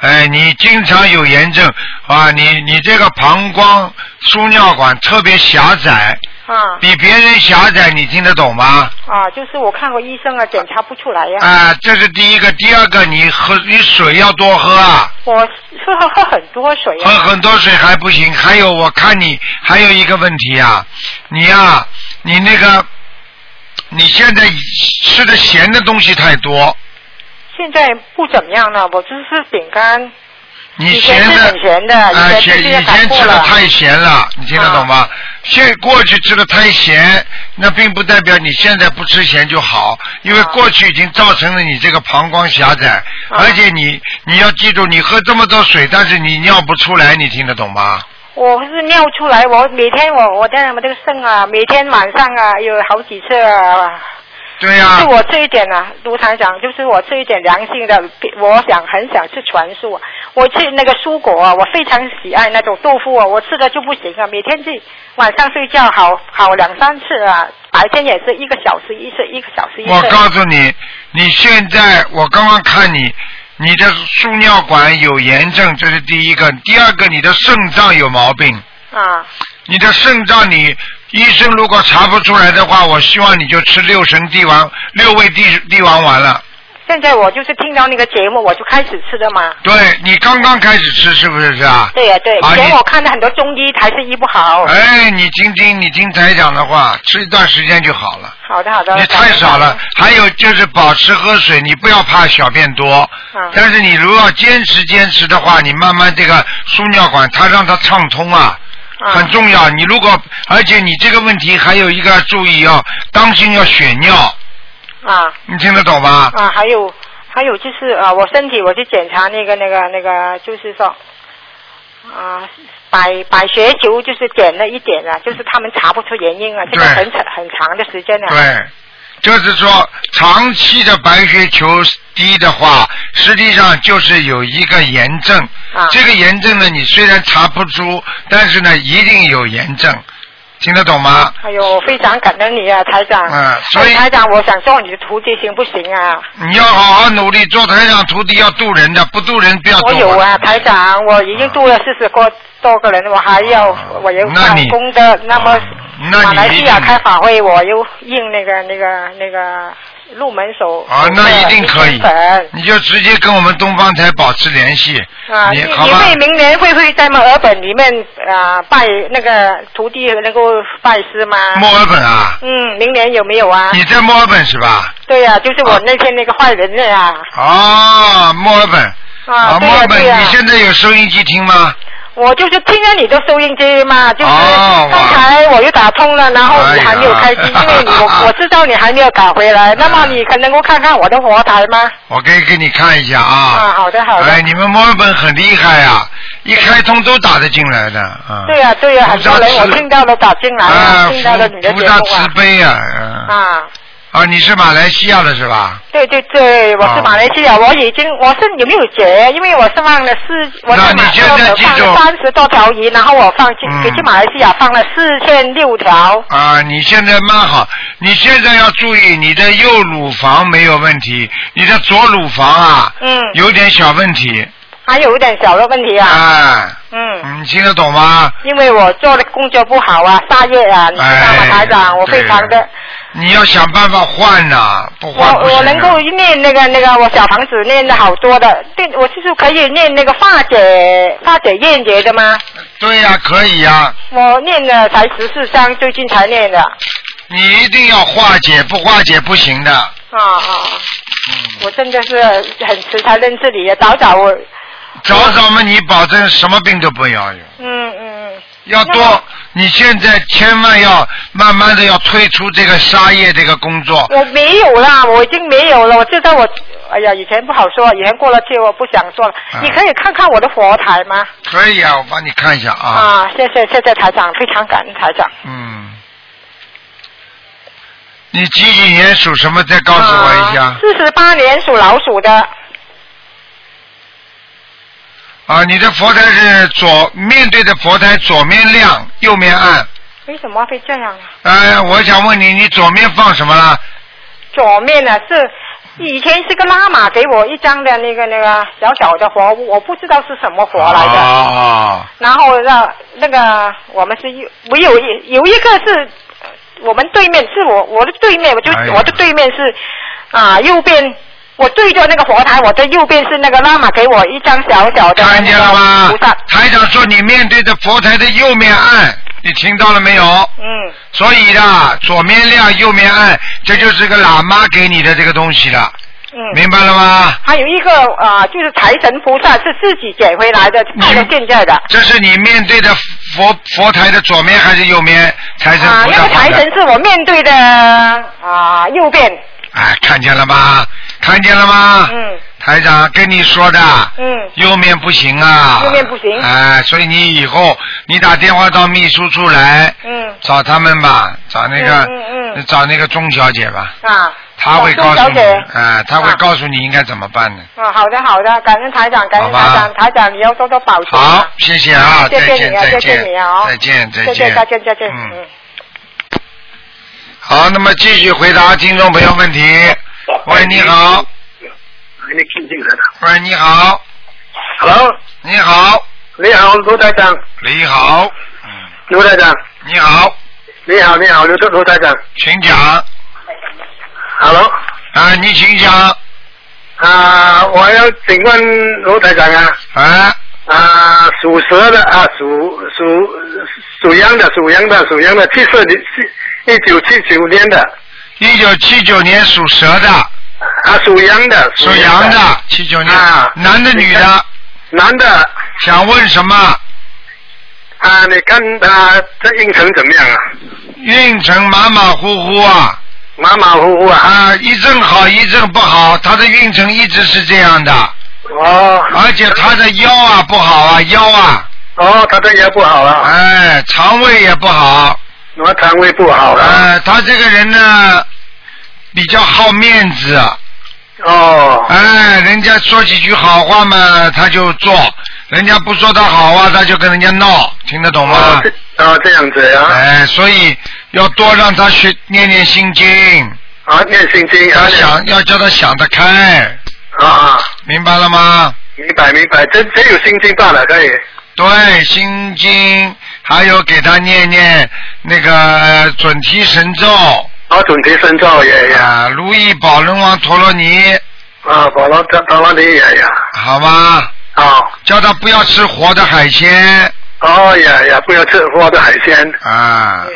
Speaker 1: 哎，你经常有炎症啊，你你这个膀胱输尿管特别狭窄，
Speaker 8: 啊
Speaker 1: 比别人狭窄，你听得懂吗？
Speaker 8: 啊，就是我看过医生啊，检查不出来呀、
Speaker 1: 啊，这是第一个，第二个，你喝你水要多喝啊，
Speaker 8: 我喝喝喝很多水
Speaker 1: 喝
Speaker 8: 呀、
Speaker 1: 很多水还不行。还有，我看你还有一个问题啊，你呀、你那个，你现在吃的咸的东西太多，
Speaker 8: 现在不怎么样了，我就是饼干，
Speaker 1: 你
Speaker 8: 以前
Speaker 1: 咸
Speaker 8: 是
Speaker 1: 的
Speaker 8: 很咸的
Speaker 1: 啊，咸
Speaker 8: 以前吃的
Speaker 1: 以前
Speaker 8: 感
Speaker 1: 吃
Speaker 8: 冒
Speaker 1: 的
Speaker 8: 了啊
Speaker 1: 太咸了，你听得懂吗？现过去吃的太咸，那并不代表你现在不吃咸就好，因为
Speaker 8: 啊
Speaker 1: 过去已经造成了你这个膀胱狭窄，而且你你要记住，你喝这么多水，但是你尿不出来，你听得懂吗？
Speaker 8: 我是尿出来，我每天我我在我这个肾啊，每天晚上啊有好几次啊。
Speaker 1: 对呀、
Speaker 8: 是我这一点啊，卢台长，就是我这一点良心的，我想很想吃全素啊，我吃那个蔬果啊，我非常喜爱那种豆腐啊，我吃的就不行啊，每天去晚上睡觉好好两三次啊，白天也是一个小时一次，一个小时一次。
Speaker 1: 我告诉你，你现在我刚刚看你，你的输尿管有炎症，这是第一个；第二个，你的肾脏有毛病。
Speaker 8: 啊
Speaker 1: 你的肾脏你医生如果查不出来的话，我希望你就吃六神地王六味地地王丸了。
Speaker 8: 现在我就是听到那个节目，我就开始吃的嘛。
Speaker 1: 对你刚刚开始吃是不是啊？
Speaker 8: 对呀、对，
Speaker 1: 啊
Speaker 8: 以前
Speaker 1: 你
Speaker 8: 我看了很多中医，还是医不好。
Speaker 1: 哎，你听听你听台长的话，吃一段时间就好了。
Speaker 8: 好的好的。
Speaker 1: 你太少了，还有就是保持喝水，你不要怕小便多。
Speaker 8: 嗯
Speaker 1: 但是你如果坚持坚持的话，你慢慢这个输尿管它让它畅通啊。
Speaker 8: 啊
Speaker 1: 很重要，你如果而且你这个问题还有一个要注意要当心要血尿，
Speaker 8: 啊
Speaker 1: 你听得懂吗？
Speaker 8: 啊，还有还有就是啊，我身体我去检查那个那个那个，就是说啊，百百穴球就是减了一点啊，就是他们查不出原因啊，这个
Speaker 1: 对
Speaker 8: 很长很长的时间了、啊。
Speaker 1: 对，就是说长期的白血球低的话，实际上就是有一个炎症。
Speaker 8: 啊
Speaker 1: 这个炎症呢，你虽然查不出，但是呢，一定有炎症，听得懂吗？
Speaker 8: 哎呦，我非常感恩你啊，台长。
Speaker 1: 嗯所以
Speaker 8: 哎台长，我想做你的徒弟行不行啊？
Speaker 1: 你要好好努力，做台长徒弟要渡人的，不渡人不要渡
Speaker 8: 我有啊，台长，我已经度了四十个多个人，我还要我又
Speaker 1: 啊那
Speaker 8: 上
Speaker 1: 你啊
Speaker 8: 功德，那么
Speaker 1: 那你
Speaker 8: 马来西亚
Speaker 1: 一定
Speaker 8: 开法会，我又印那个那个那个入门手
Speaker 1: 啊，那一定可以
Speaker 8: 粉，
Speaker 1: 你就直接跟我们东方台保持联系，
Speaker 8: 啊，
Speaker 1: 你
Speaker 8: 你
Speaker 1: 好
Speaker 8: 你
Speaker 1: 吧？
Speaker 8: 会明年会不会在墨尔本里面啊拜那个徒弟能够拜师吗？
Speaker 1: 墨尔本啊，
Speaker 8: 嗯，明年有没有啊？
Speaker 1: 你在墨尔本是吧？
Speaker 8: 对呀、就是我那天那个坏人的呀、
Speaker 1: 哦，墨尔本
Speaker 8: 啊，对
Speaker 1: 墨
Speaker 8: 呀、
Speaker 1: 尔本，
Speaker 8: 对呀、
Speaker 1: 你现在有收音机听吗？
Speaker 8: 我就是听了你的收音机嘛，就是
Speaker 1: 哦
Speaker 8: 刚才我又打通了，然后
Speaker 1: 哎
Speaker 8: 你
Speaker 1: 呀
Speaker 8: 还没有开机，因 为你我我知道你还没有打回
Speaker 1: 嗯
Speaker 8: 来，那么你可能够看看我的佛台吗？
Speaker 1: 我可以给你看一下啊。
Speaker 8: 啊，好的好的，
Speaker 1: 哎，你们墨尔本很厉害啊，一开通都打得进来的啊。
Speaker 8: 对呀、对呀、
Speaker 1: 菩
Speaker 8: 很
Speaker 1: 萨
Speaker 8: 多人我
Speaker 1: 慈
Speaker 8: 听到了打进来了，
Speaker 1: 啊，
Speaker 8: 听到了你的
Speaker 1: 菩
Speaker 8: 节
Speaker 1: 菩萨
Speaker 8: 目
Speaker 1: 慈悲啊。
Speaker 8: 啊。
Speaker 1: 嗯
Speaker 8: 啊，
Speaker 1: 啊，你是马来西亚的是吧？
Speaker 8: 对对对，我
Speaker 1: 啊
Speaker 8: 是马来西亚，我已经我是有没有结？因为我是放了四，我
Speaker 1: 那
Speaker 8: 在
Speaker 1: 你
Speaker 8: 马来西
Speaker 1: 现
Speaker 8: 亚
Speaker 1: 在记
Speaker 8: 放
Speaker 1: 住
Speaker 8: 了三十多条鱼，然后我放去
Speaker 1: 嗯
Speaker 8: 给去马来西亚放了四千六条。
Speaker 1: 啊，你现在蛮好，你现在要注意你的右乳房没有问题，你的左乳房啊，
Speaker 8: 嗯
Speaker 1: 有点小问题，
Speaker 8: 还有一点小的问题啊，
Speaker 1: 啊，
Speaker 8: 嗯，
Speaker 1: 你听得懂吗？
Speaker 8: 因为我做的工作不好啊，撒业啊，你知道吗，
Speaker 1: 哎
Speaker 8: 台长？我非常的，你
Speaker 1: 要想办法换呐、不换不
Speaker 8: 我
Speaker 1: 行
Speaker 8: 我
Speaker 1: 啊
Speaker 8: 能够念那个那个，我小房子念的好多的，对，我就是可以念那个化解化解验结的吗？
Speaker 1: 对呀、可以呀、
Speaker 8: 我念了才十四章，最近才念的。啊
Speaker 1: 你一定要化解，不化解不行的。
Speaker 8: 啊啊！
Speaker 1: 嗯
Speaker 8: 我真的是很迟才认识你的，早早我，
Speaker 1: 找找嘛，你保证什么病都不要有，
Speaker 8: 嗯嗯，
Speaker 1: 要多。你现在千万要慢慢的要退出这个沙业这个工作，
Speaker 8: 我没有啦，我已经没有了。我知道我，哎呀，以前不好说，以前过了去，我不想说了。
Speaker 1: 嗯
Speaker 8: 你可以看看我的佛台吗？
Speaker 1: 可以啊，我帮你看一下啊。
Speaker 8: 啊，谢谢谢谢台长，非常感恩台长。
Speaker 1: 嗯，你几几年属什么？再告诉我一下。
Speaker 8: 四十八年属老鼠的，
Speaker 1: 啊，你的佛台是左面对的佛台，左面亮，右面暗。
Speaker 8: 为什么会这样啊？
Speaker 1: 哎，我想问你，你左面放什么了？
Speaker 8: 左面呢是以前是个拉玛给我一张的那个那个小小的佛，我不知道是什么佛来的。
Speaker 1: 哦，
Speaker 8: 然后让那个我们是有我有一有一个是呃我们对面是我我的对面，我就、
Speaker 1: 哎呀
Speaker 8: 我的对面是啊、右边我对着那个佛台，我的右边是那个拉玛给我一张小小的
Speaker 1: 看见了吗
Speaker 8: 菩萨，？
Speaker 1: 台长说你面对的佛台的右面暗，你听到了没有？
Speaker 8: 嗯，
Speaker 1: 所以呢，左面亮，右面暗，这就是个喇嘛给你的这个东西了，
Speaker 8: 嗯
Speaker 1: 明白了吗？
Speaker 8: 还有一个啊、就是财神菩萨是自己捡回来的，
Speaker 1: 嗯
Speaker 8: 拜到现在的。
Speaker 1: 这是你面对的佛佛台的左面还是右面？财神
Speaker 8: 啊，
Speaker 1: 菩
Speaker 8: 那
Speaker 1: 萨
Speaker 8: 个
Speaker 1: 放
Speaker 8: 财
Speaker 1: 的。
Speaker 8: 神是我面对的啊、右边，
Speaker 1: 哎，看见了吗？看见了吗？
Speaker 8: 嗯
Speaker 1: 台长跟你说的。
Speaker 8: 嗯，
Speaker 1: 右面不行啊，
Speaker 8: 右面不行
Speaker 1: 哎，所以你以后你打电话到秘书处来，
Speaker 8: 嗯
Speaker 1: 找他们吧，找那个，
Speaker 8: 嗯嗯嗯
Speaker 1: 找那个钟小姐吧，
Speaker 8: 啊，
Speaker 1: 她会告诉
Speaker 8: 小
Speaker 1: 你，
Speaker 8: 姐
Speaker 1: 哎，她会
Speaker 8: 啊
Speaker 1: 告诉你应该怎么办的。
Speaker 8: 啊，好的好的，感恩台长，感恩
Speaker 1: 好吧
Speaker 8: 台长，台长你要多多保重啊
Speaker 1: 好，谢谢啊，
Speaker 8: 谢
Speaker 1: 再
Speaker 8: 谢
Speaker 1: 见
Speaker 8: 你啊，
Speaker 1: 再
Speaker 8: 谢
Speaker 1: 见
Speaker 8: 谢你啊，哦
Speaker 1: 再见再
Speaker 8: 谢
Speaker 1: 见
Speaker 8: 谢再见再见，
Speaker 1: 嗯
Speaker 8: 嗯。
Speaker 1: 好，那么继续回答听众朋友问题。喂，你好，
Speaker 9: 你听清楚了。
Speaker 1: 喂，你好，
Speaker 9: Hello，
Speaker 1: 你好，
Speaker 9: 你好，卢台长，
Speaker 1: 你好，
Speaker 9: 卢台长，
Speaker 1: 你好，
Speaker 9: 你好，你好，卢卢台长。
Speaker 1: 请讲
Speaker 9: Hello，
Speaker 1: 啊，你请讲
Speaker 9: 啊，我要请问卢台长啊，
Speaker 1: 啊，
Speaker 9: 啊，属蛇的啊，属属属羊的，属羊的，属羊的，七四年，七一九七九年的，
Speaker 1: 一九七九年属蛇的，
Speaker 9: 啊，属羊的，
Speaker 1: 属羊的，七九年
Speaker 9: 啊，
Speaker 1: 男的女的，
Speaker 9: 男的
Speaker 1: 想问什么？
Speaker 9: 啊，你看啊，这运程怎么样啊？
Speaker 1: 运程马马虎虎啊
Speaker 9: 马马虎虎啊。
Speaker 1: 啊，一阵好一阵不好，他的运程一直是这样的，
Speaker 9: 哦
Speaker 1: 而且他的腰啊不好啊，腰啊，
Speaker 9: 哦，他这也不好啊，
Speaker 1: 哎，肠胃也不好，
Speaker 9: 我肠胃不好啊。
Speaker 1: 呃，他这个人呢比较好面子，啊
Speaker 9: 哦。
Speaker 1: 哎，人家说几句好话嘛，他就做；人家不说他好话，他就跟人家闹，听得懂吗
Speaker 9: 哦，？这哦这样子啊，
Speaker 1: 哎，所以要多让他学念念心经，
Speaker 9: 啊，念心经啊
Speaker 1: 要，想要叫他想得开，
Speaker 9: 啊，
Speaker 1: 明白了吗？
Speaker 9: 明白明白，真真有心经罢了，可以，
Speaker 1: 对，心经，还有给他念念那个准提神咒
Speaker 9: 啊，准提神咒也呀，
Speaker 1: 啊，如意宝轮王陀罗尼，
Speaker 9: 啊，保罗陀陀罗尼也哎呀，
Speaker 1: 好吗？
Speaker 9: 啊，
Speaker 1: 叫他不要吃活的海鲜
Speaker 9: 哦呀呀，不要吃活的海鲜
Speaker 1: 啊。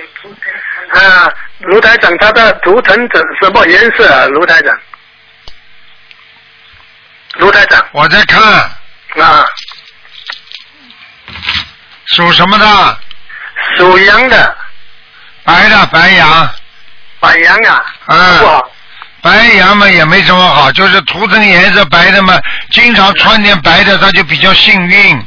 Speaker 9: 啊。卢台长，他的图腾怎什么颜色啊？卢台长，卢台长
Speaker 1: 我在看
Speaker 9: 啊，
Speaker 1: 属什么的？
Speaker 9: 属羊的，
Speaker 1: 白的白羊，
Speaker 9: 白羊啊，
Speaker 1: 嗯
Speaker 9: 不好，
Speaker 1: 白羊嘛也没什么好，就是涂成颜色白的嘛，经常穿点白的，他就比较幸运，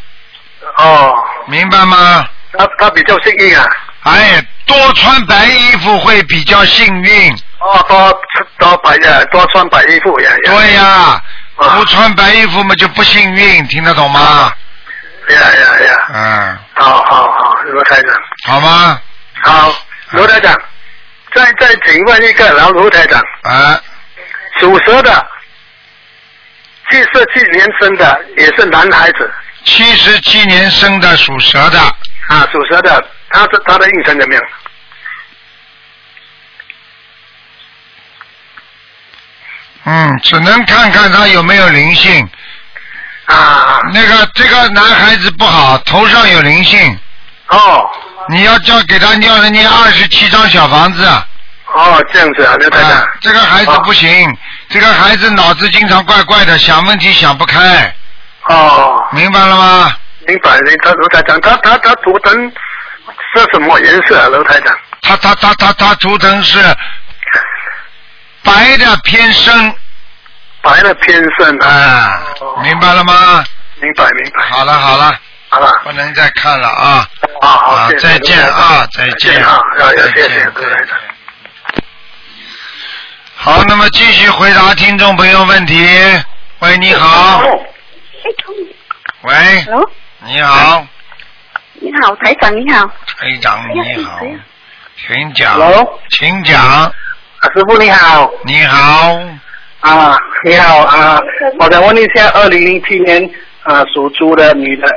Speaker 9: 哦，
Speaker 1: 明白吗？
Speaker 9: 他他比较幸运啊，
Speaker 1: 哎，多穿白衣服会比较幸运。
Speaker 9: 哦，多多白的，多穿白衣服呀，呀
Speaker 1: 对呀、
Speaker 9: 啊
Speaker 1: 不穿白衣服嘛就不幸运，听得懂吗？
Speaker 9: 呀呀呀！
Speaker 1: 嗯，
Speaker 9: 好好好，罗台长，
Speaker 1: 好吗？
Speaker 9: 好，罗台长，再再请问一个，然后罗台长，
Speaker 1: 啊，
Speaker 9: 属蛇的，七十七年生的，也是男孩子
Speaker 1: 七十七年生的属蛇的，
Speaker 9: 啊，属蛇的，他是他的运程怎么样？
Speaker 1: 嗯，只能看看他有没有灵性。
Speaker 9: 啊。
Speaker 1: 那个这个男孩子不好，头上有灵性。
Speaker 9: 哦。
Speaker 1: 你要叫给他念了念二十七张小房子。
Speaker 9: 哦，这样子啊，那太太。
Speaker 1: 啊，这个孩子不
Speaker 9: 啊
Speaker 1: 行，这个孩子脑子经常怪怪的，想问题想不开，
Speaker 9: 哦，
Speaker 1: 明白了吗？
Speaker 9: 明白了。他卢台长，他他他图腾是什么颜色啊？卢台长，
Speaker 1: 他他他他他图腾是白的偏深
Speaker 9: 白的偏深啊。
Speaker 1: 啊，明白了吗？
Speaker 9: 明白明白。
Speaker 1: 好了好了，
Speaker 9: 好了，
Speaker 1: 不能再看了啊
Speaker 9: 啊好，
Speaker 1: 啊
Speaker 7: 哦
Speaker 9: 谢！谢
Speaker 1: 再见啊，再
Speaker 9: 再
Speaker 1: 见
Speaker 9: 见啊，啊
Speaker 1: 再
Speaker 9: 谢谢
Speaker 1: 见
Speaker 9: 卢台长。
Speaker 1: 好，那么继续回答听众朋友问题。喂，你好。喂，
Speaker 7: Hello，
Speaker 1: 你好，
Speaker 7: 你好，台长你好。
Speaker 1: 台长，哎你好，请讲。
Speaker 7: Hello
Speaker 1: 请讲。
Speaker 7: 啊师傅你好。
Speaker 1: 你好，
Speaker 7: 啊，你好啊，我想问一下，二零零七年啊属猪的女的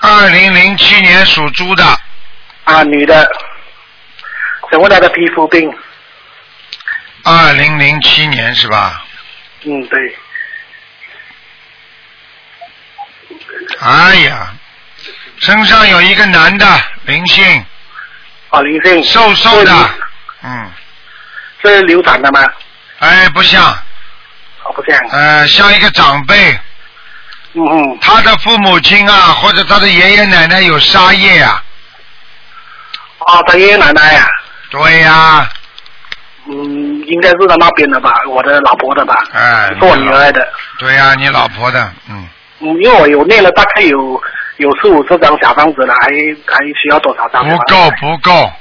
Speaker 1: 二零零七年属猪的，
Speaker 7: 啊女的，想问她的皮肤病？
Speaker 1: 二零零七年是吧？
Speaker 7: 嗯，对，
Speaker 1: 哎呀，身上有一个男的灵性，
Speaker 7: 啊灵性。
Speaker 1: 瘦瘦的，嗯，
Speaker 7: 是流产的吗？
Speaker 1: 哎，不像，
Speaker 7: 哦，不这样。
Speaker 1: 呃，像一个长辈，
Speaker 7: 嗯嗯，
Speaker 1: 他的父母亲啊，或者他的爷爷奶奶有杀业啊，
Speaker 7: 哦，她爷爷奶奶呀、
Speaker 1: 对呀、
Speaker 7: 嗯，应该是她那边的吧，我的老婆的吧，
Speaker 1: 哎，
Speaker 7: 是我女儿的。
Speaker 1: 对呀、你老婆的，嗯，
Speaker 7: 嗯，因为我有念了大概有有四五十张小房子了，还还需要多少张？
Speaker 1: 不哦够不够，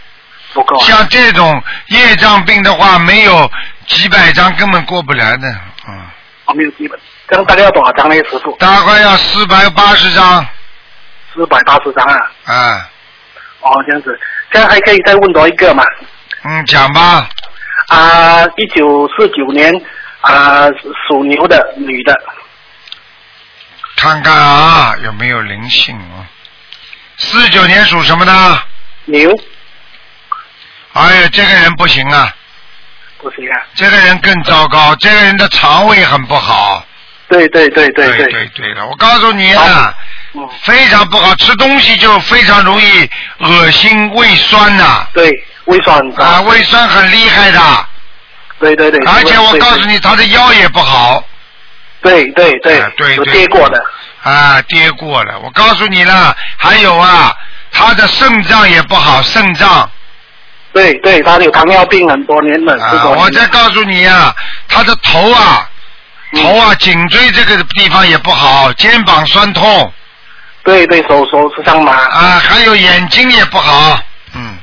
Speaker 7: 不够啊。
Speaker 1: 像这种业障病的话，没有几百张根本过不来的，嗯，
Speaker 7: 我哦没有基本，这样大概要多少张呢？师傅，
Speaker 1: 大概要四百八十张，
Speaker 7: 四百八十张啊。
Speaker 1: 啊，
Speaker 7: 哦，这样子，这样还可以再问多一个嘛？
Speaker 1: 嗯，讲吧，
Speaker 7: 啊，一九四九年啊，属牛的女的，
Speaker 1: 看看啊有没有灵性啊。四九年属什么呢？
Speaker 7: 牛
Speaker 1: 哎呀，这个人不行啊，
Speaker 7: 不行啊？
Speaker 1: 这个人更糟糕，这个人的肠胃很不好。
Speaker 7: 对对对对
Speaker 1: 对
Speaker 7: 对，
Speaker 1: 对了，我告诉你啊，
Speaker 7: 嗯，
Speaker 1: 非常不好，吃东西就非常容易恶心、胃酸呐、
Speaker 7: 对，胃酸
Speaker 1: 啊，胃酸很厉害的，
Speaker 7: 对对对，
Speaker 1: 而且我告诉你，他的腰也不好
Speaker 7: 对，对对
Speaker 1: 啊对
Speaker 7: 有
Speaker 1: 对
Speaker 7: 跌过的，
Speaker 1: 啊，跌过了。我告诉你了，还有啊，他的肾脏也不好，肾脏。
Speaker 7: 对对，她有糖尿病很多年了，是
Speaker 1: 啊，
Speaker 7: 多
Speaker 1: 我
Speaker 7: 年
Speaker 1: 再告诉你啊，他的头啊，
Speaker 7: 嗯
Speaker 1: 头啊，颈椎这个地方也不好，肩膀酸痛
Speaker 7: 对对手手指上麻啊，
Speaker 1: 啊，还有眼睛也不好，嗯，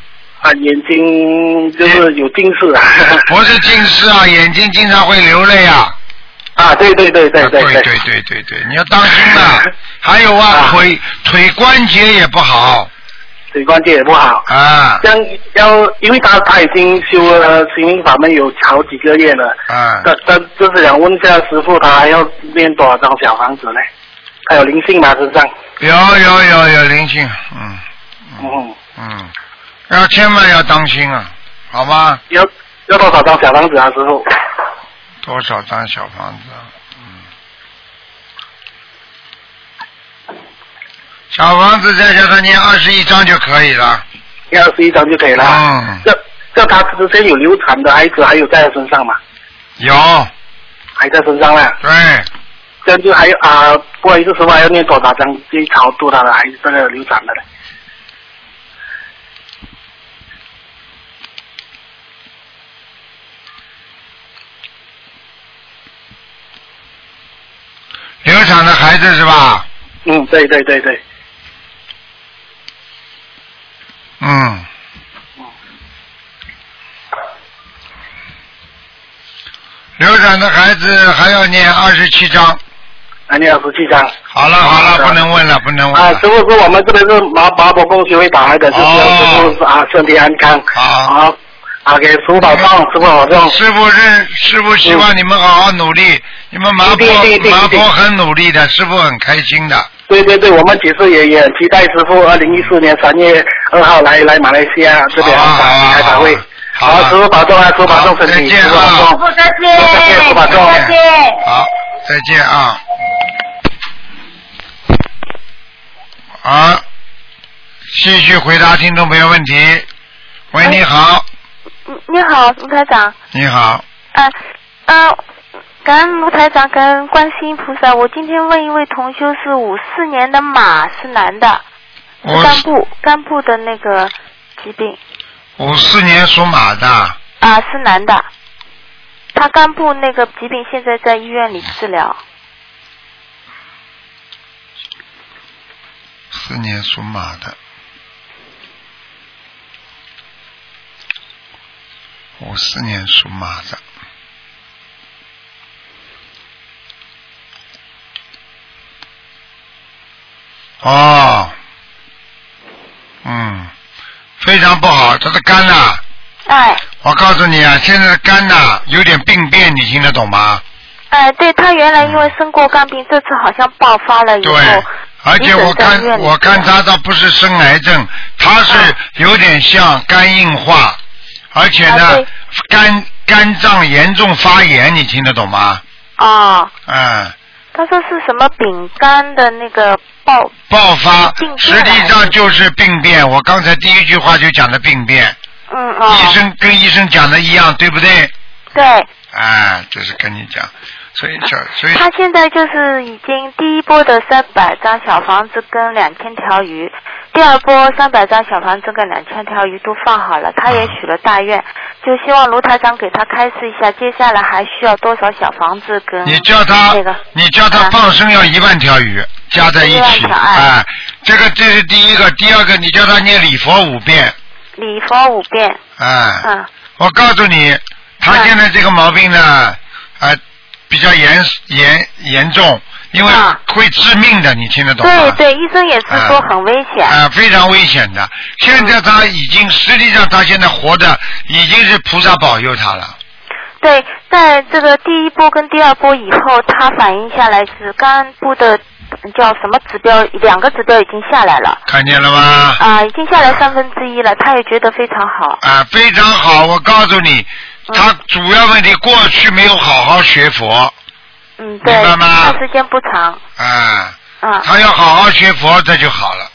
Speaker 7: 眼睛就是有近视啊，
Speaker 1: 不是近视啊，眼睛经常会流泪啊，
Speaker 7: 啊，对对对对
Speaker 1: 啊
Speaker 7: 对
Speaker 1: 对对对对对，你要当心啊。还有啊，
Speaker 7: 啊
Speaker 1: 腿腿关节也不好
Speaker 7: 腿关节也不好。
Speaker 1: 啊
Speaker 7: 像要，因为他他已经修了心灵法门有好几个月了，
Speaker 1: 啊，
Speaker 7: 但但就是想问一下师傅，他还要念多少张小房子呢？还有灵性吗身上？
Speaker 1: 有有有有灵性，嗯
Speaker 7: 嗯，
Speaker 1: 嗯，要千万要当心啊，好吗？
Speaker 7: 要要多少张小房子啊，师傅？
Speaker 1: 多少张小房子啊？嗯，小房子再叫他念二十一张就可以了。
Speaker 7: 要二十一张就可以了。
Speaker 1: 嗯，
Speaker 7: 这这他之前有流产的孩子还有在他身上嘛？
Speaker 1: 有，
Speaker 7: 还在身上啦。
Speaker 1: 对，
Speaker 7: 这样就还有啊、不好意思，师傅还要念多少张去超度他的孩子这个流产的呢？
Speaker 1: 流产的孩子是吧？
Speaker 7: 嗯，对对对对，
Speaker 1: 嗯。流产的孩子还要念二十七章。
Speaker 7: 还念二十七张。
Speaker 1: 好了好了，不能问了，不能问
Speaker 7: 啊，
Speaker 1: 了
Speaker 7: 师。傅是我们这边是麻麻婆公学会打来的，就是
Speaker 1: 哦
Speaker 7: 师傅是啊身体安康。
Speaker 1: 好
Speaker 7: 啊啊，给师傅保重，师傅保重。
Speaker 1: 师傅认，师傅希望你们好好努力。你们麻
Speaker 7: 嗯对对
Speaker 1: 婆
Speaker 7: 对对
Speaker 1: 麻
Speaker 7: 对
Speaker 1: 婆很努力的，师傅很开心的。
Speaker 7: 对对对，我们其实也也很期待师傅二零一四年三月二号来来马来西亚这边
Speaker 1: 好啊
Speaker 7: 开法会。好，师傅保重啊，师傅保重身体，师傅
Speaker 1: 啊
Speaker 7: 保重，
Speaker 10: 再见，
Speaker 7: 再见，师傅保重。
Speaker 1: 好，再见啊。好，继续回答听众朋友问题。喂，你好，
Speaker 11: 嗯你好，卢台长。
Speaker 1: 你好，
Speaker 11: 啊啊，感恩卢台长，感恩观世音菩萨。我今天问一位同修是五四年的马，是男的，是
Speaker 1: 我
Speaker 11: 肝部肝部的那个疾病
Speaker 1: 五四年属马的，
Speaker 11: 啊，是男的。他肝部那个疾病现在在医院里治疗，
Speaker 1: 四年属马的，五四年属马的。哦，嗯，非常不好，他的肝呐、
Speaker 11: 哎
Speaker 1: 我告诉你啊，现在的肝呐、有点病变，你听得懂吗？
Speaker 11: 哎，对他原来因为生过肝病，这次好像爆发了以后，
Speaker 1: 对，而且我
Speaker 11: 急诊在医
Speaker 1: 看
Speaker 11: 院里
Speaker 1: 我看他倒不是生癌症，他
Speaker 11: 啊
Speaker 1: 是有点像肝硬化，而且
Speaker 11: 啊
Speaker 1: 呢，肝肝脏严重发炎，你听得懂吗？
Speaker 11: 啊，
Speaker 1: 嗯，
Speaker 11: 他说是什么丙肝的那个爆
Speaker 1: 爆发
Speaker 11: 病变
Speaker 1: 实际上就是病变。我刚才第一句话就讲的病变，
Speaker 11: 嗯啊、
Speaker 1: 医生跟医生讲的一样，对不对？
Speaker 11: 对。
Speaker 1: 啊，就是跟你讲，所以小所以
Speaker 11: 他现在就是已经第一波的三百张小房子跟两千条鱼，第二波三百张小房子跟两千条鱼都放好了，他也许了大愿，就希望卢台长给他开示一下，接下来还需要多少小房子跟
Speaker 1: 你叫他
Speaker 11: 嗯那个嗯
Speaker 1: 你叫他放生要一万条鱼加在一起，
Speaker 11: 一万条
Speaker 1: 哎，这个这是第一个，第二个你叫他念礼佛五遍，
Speaker 11: 礼佛五遍，
Speaker 1: 哎，
Speaker 11: 嗯，
Speaker 1: 我告诉你，他现在这个毛病呢，啊，比较严严严重，因为会致命的，你听得懂吗？
Speaker 11: 嗯对对，医生也是说很危险，嗯
Speaker 1: 啊、非常危险的。现在他已经，实际上他现在活的已经是菩萨保佑他了。
Speaker 11: 对，在这个第一波跟第二波以后，他反映下来是肝部的嗯叫什么指标，两个指标已经下来了。
Speaker 1: 看见了吗？
Speaker 11: 啊、已经下来三分之一了，他也觉得非常好。
Speaker 1: 啊，非常好，我告诉你，
Speaker 11: 嗯
Speaker 1: 他主要问题过去没有好好学佛，啊
Speaker 11: 嗯，对，
Speaker 1: 明白吗
Speaker 11: 他时间不长。
Speaker 1: 啊，
Speaker 11: 嗯，
Speaker 1: 他要好好学佛，这就好了。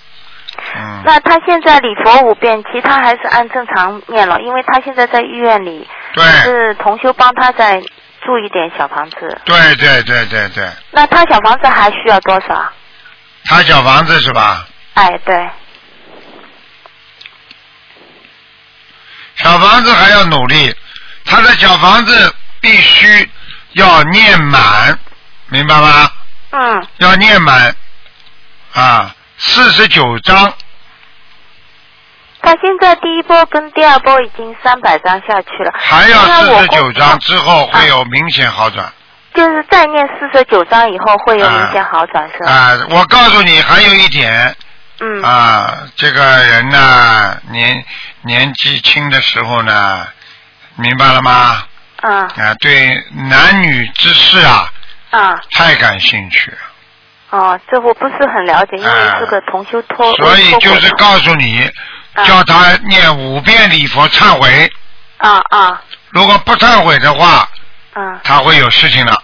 Speaker 1: 嗯，
Speaker 11: 那他现在礼佛五遍，其他还是按正常念了，因为他现在在医院里，
Speaker 1: 对
Speaker 11: 是同修帮他再住一点小房子。
Speaker 1: 对对对对对，
Speaker 11: 那他小房子还需要多少？
Speaker 1: 他小房子是吧？
Speaker 11: 哎，对，
Speaker 1: 小房子还要努力，他的小房子必须要念满，明白吗？
Speaker 11: 嗯，
Speaker 1: 要念满啊，四十九章，
Speaker 11: 他现在第一波跟第二波已经三百张下去了，
Speaker 1: 还要
Speaker 11: 那
Speaker 1: 四
Speaker 11: 我啊
Speaker 1: 十九章之后会有明显好转。
Speaker 11: 就是再念四十九章以后会有明显好转，是吧？
Speaker 1: 啊，我告诉你，还有一点，
Speaker 11: 嗯，
Speaker 1: 啊，这个人呢、年年纪轻的时候呢，明白了吗？
Speaker 11: 嗯
Speaker 1: 啊，对男女之事啊，
Speaker 11: 啊，
Speaker 1: 太感兴趣，
Speaker 11: 哦，这我不是很了解，因为这个同修托，
Speaker 1: 啊所以
Speaker 11: 托过
Speaker 1: 就是
Speaker 11: 的
Speaker 1: 告诉你，叫他念五遍礼佛忏悔，
Speaker 11: 啊啊
Speaker 1: 如果不忏悔的话，
Speaker 11: 啊
Speaker 1: 他会有事情的。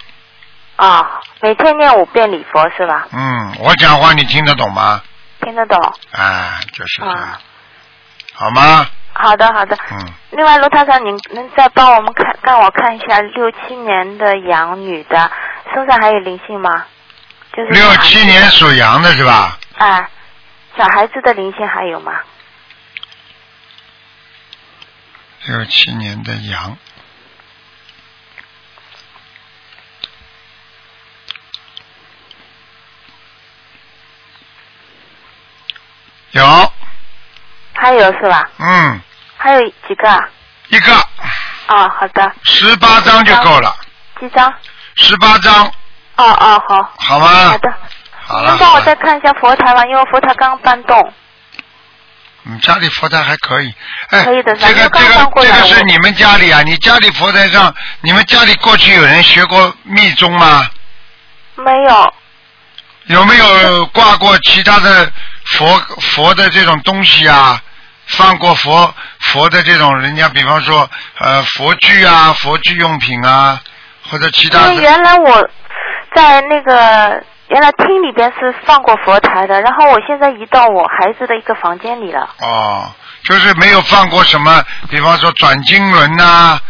Speaker 11: 啊，每天念五遍礼佛是吧？
Speaker 1: 嗯，我讲话你听得懂吗？
Speaker 11: 听得懂
Speaker 1: 啊，就是这样，
Speaker 11: 啊？
Speaker 1: 好吗？
Speaker 11: 好的好的。
Speaker 1: 嗯。
Speaker 11: 另外，罗台长，您能再帮我们看，让我看一下六七年的羊女的身上还有灵性吗？就是
Speaker 1: 六七年属羊的是吧？
Speaker 11: 哎，小孩子的灵性还有吗？
Speaker 1: 六七年的羊。有，
Speaker 11: 还有是吧？
Speaker 1: 嗯，
Speaker 11: 还有几个啊？
Speaker 1: 一个
Speaker 11: 哦，好的，
Speaker 1: 十八张就够了，
Speaker 11: 几张？
Speaker 1: 十八张，
Speaker 11: 哦哦，好。
Speaker 1: 好吗？
Speaker 11: 好的。
Speaker 1: 好
Speaker 11: 能
Speaker 1: 了，
Speaker 11: 帮
Speaker 1: 好
Speaker 11: 我
Speaker 1: 了
Speaker 11: 再看一下佛台吗？因为佛台刚搬动。
Speaker 1: 嗯，家里佛台还可以。哎，
Speaker 11: 可以的
Speaker 1: 这个
Speaker 11: 咱们刚
Speaker 1: 这
Speaker 11: 搬
Speaker 1: 个
Speaker 11: 过
Speaker 1: 这
Speaker 11: 来
Speaker 1: 个是
Speaker 11: 我
Speaker 1: 你们家里啊？你家里佛台上，你们家里过去有人学过密宗吗？
Speaker 11: 没有，
Speaker 1: 有没有挂过其他的佛佛的这种东西啊？放过佛佛的这种人家，比方说呃佛具啊、佛具用品啊，或者其他
Speaker 11: 因为
Speaker 1: 的。
Speaker 11: 原来我在那个原来厅里边是放过佛台的，然后我现在移到我孩子的一个房间里了。
Speaker 1: 哦，就是没有放过什么，比方说转经轮啊呐、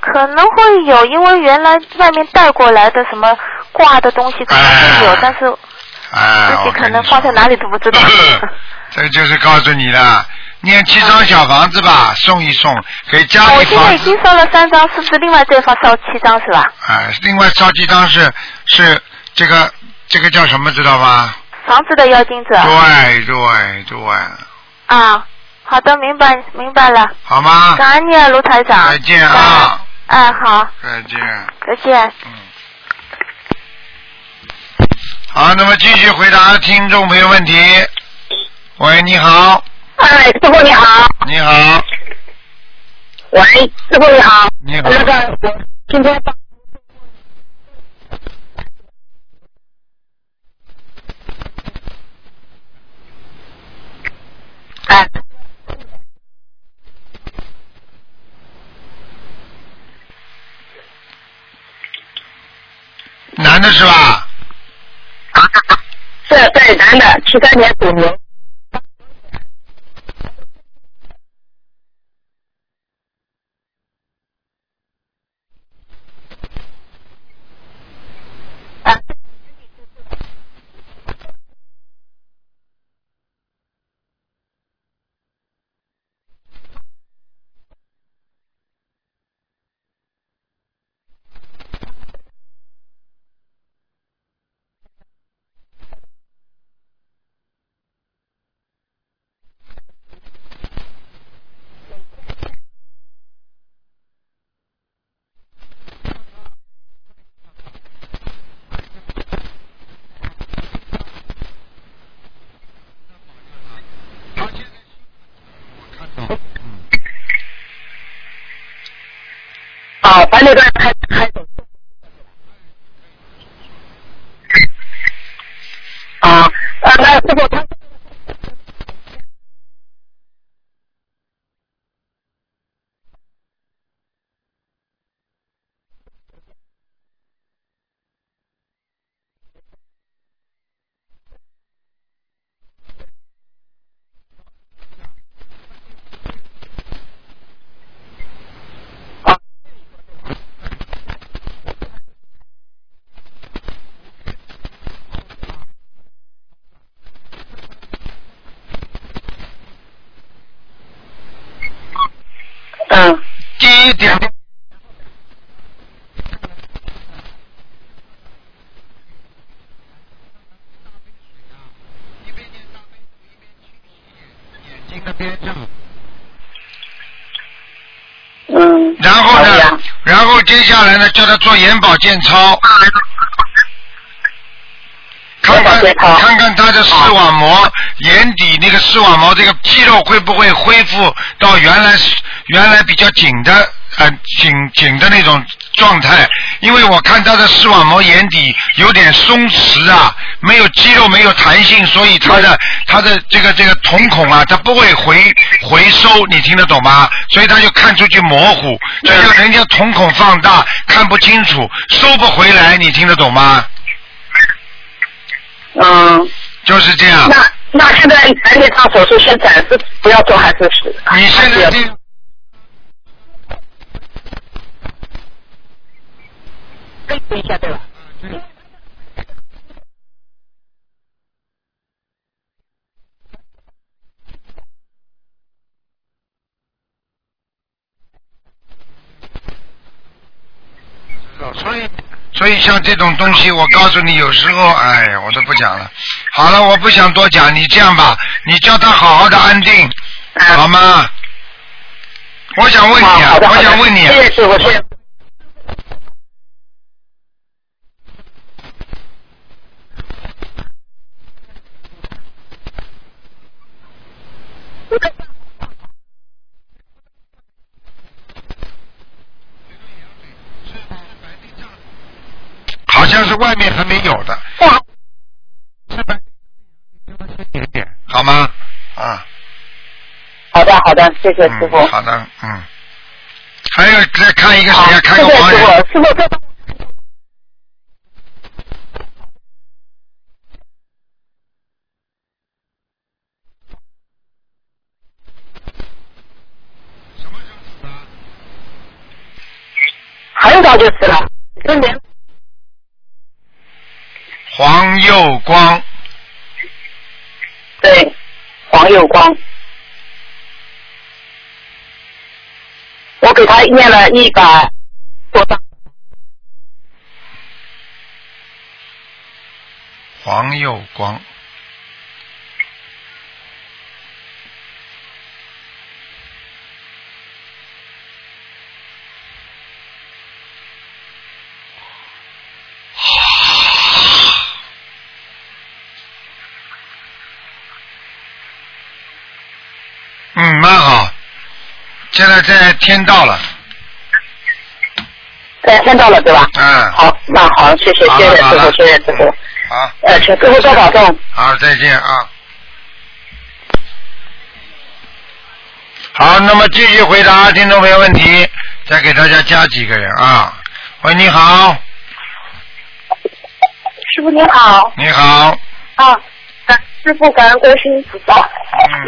Speaker 11: 可能会有，因为原来外面带过来的什么挂的东西可能会有，但是
Speaker 1: 啊，哎，
Speaker 11: 自
Speaker 1: 我
Speaker 11: 己可
Speaker 1: 看
Speaker 11: 能放在哪里都不知道。
Speaker 1: 这就是告诉你了，念七张小房子吧，送一送给 家
Speaker 10: 哦
Speaker 11: 我
Speaker 1: 里
Speaker 11: 今天
Speaker 1: 房
Speaker 11: 已经烧了三张，是不是另外这方烧七张是吧？
Speaker 1: 啊，另外烧几张是是这个这个叫什么知道吧？
Speaker 11: 房子的妖精
Speaker 10: 啊
Speaker 11: 者。
Speaker 1: 对对对，
Speaker 11: 啊，好的，明白明白了。
Speaker 1: 好吗？
Speaker 11: 感恩你啊，卢台长。
Speaker 1: 再见啊，
Speaker 11: 哎，好，
Speaker 1: 再见。
Speaker 11: 再见。
Speaker 1: 好，那么继续回答听众朋友问题。喂，你好，
Speaker 10: 哎，师傅你好，
Speaker 1: 你好，
Speaker 10: 喂，师傅你好，
Speaker 1: 你好，
Speaker 10: 那个我今天帮哎，
Speaker 1: 男的是吧？
Speaker 7: 啊
Speaker 10: 是对男的，七三年属牛，哦，把那个开开走。
Speaker 1: 嗯
Speaker 10: 啊，呃，那师傅他嗯，
Speaker 1: 第一点。
Speaker 10: 嗯，
Speaker 1: 然后呢？然后接下来呢，叫他做眼保健操，
Speaker 10: 啊
Speaker 1: 看看看看他的视网膜、眼底那个视网膜这个肌肉会不会恢复到原来原来比较紧的呃紧紧的那种状态，因为我看他的视网膜眼底有点松弛啊，没有肌肉没有弹性，所以他的他的这个这个瞳孔啊，它不会回回收，你听得懂吗？所以他就看出去模糊，就像人家瞳孔放大看不清楚，收不回来，你听得懂吗？
Speaker 10: 嗯，
Speaker 1: 就是这样。
Speaker 10: 那那现在赶紧上手术，先暂时不要做，还是啊
Speaker 1: 你现在这
Speaker 10: 恢复一下对吧？
Speaker 1: 所以所以像这种东西，我告诉你，有时候，哎呀，我都不讲了。好了，我不想多讲，你这样吧，你叫他好好的安定，
Speaker 7: 嗯
Speaker 1: 好吗？我想问你
Speaker 10: 啊
Speaker 1: 啊
Speaker 10: 好，的
Speaker 1: 我
Speaker 10: 好的
Speaker 1: 想问你啊，
Speaker 10: 谢谢师傅，谢谢。
Speaker 1: 好像是外面还没有的。一点点，好吗？啊，
Speaker 7: 好的，好的，谢谢师傅。
Speaker 1: 好的，嗯。还有再看一个哎谁呀？啊看
Speaker 7: 谢
Speaker 1: 个
Speaker 7: 谢
Speaker 1: 王
Speaker 7: 师
Speaker 1: 人。
Speaker 7: 傅，师傅再很早就是了，今年
Speaker 1: 黄佑光，
Speaker 7: 对黄有光，我给他念了一百多张，
Speaker 1: 黄佑光。嗯，蛮好。现在在天道了，
Speaker 7: 对，看呃到了对吧？
Speaker 1: 嗯，
Speaker 7: 好，那好，谢谢，
Speaker 1: 好
Speaker 7: 谢谢
Speaker 1: 了
Speaker 7: 师
Speaker 1: 好
Speaker 7: 傅
Speaker 1: 了，
Speaker 7: 谢谢师傅，
Speaker 1: 好，
Speaker 7: 呃，请师傅多保重。
Speaker 1: 好，再见啊。好，那么继续回答听众朋友问题，再给大家加几个人啊。喂，你好，
Speaker 2: 师傅您好
Speaker 1: 你好，
Speaker 2: 啊，感师傅感恩观世音菩萨。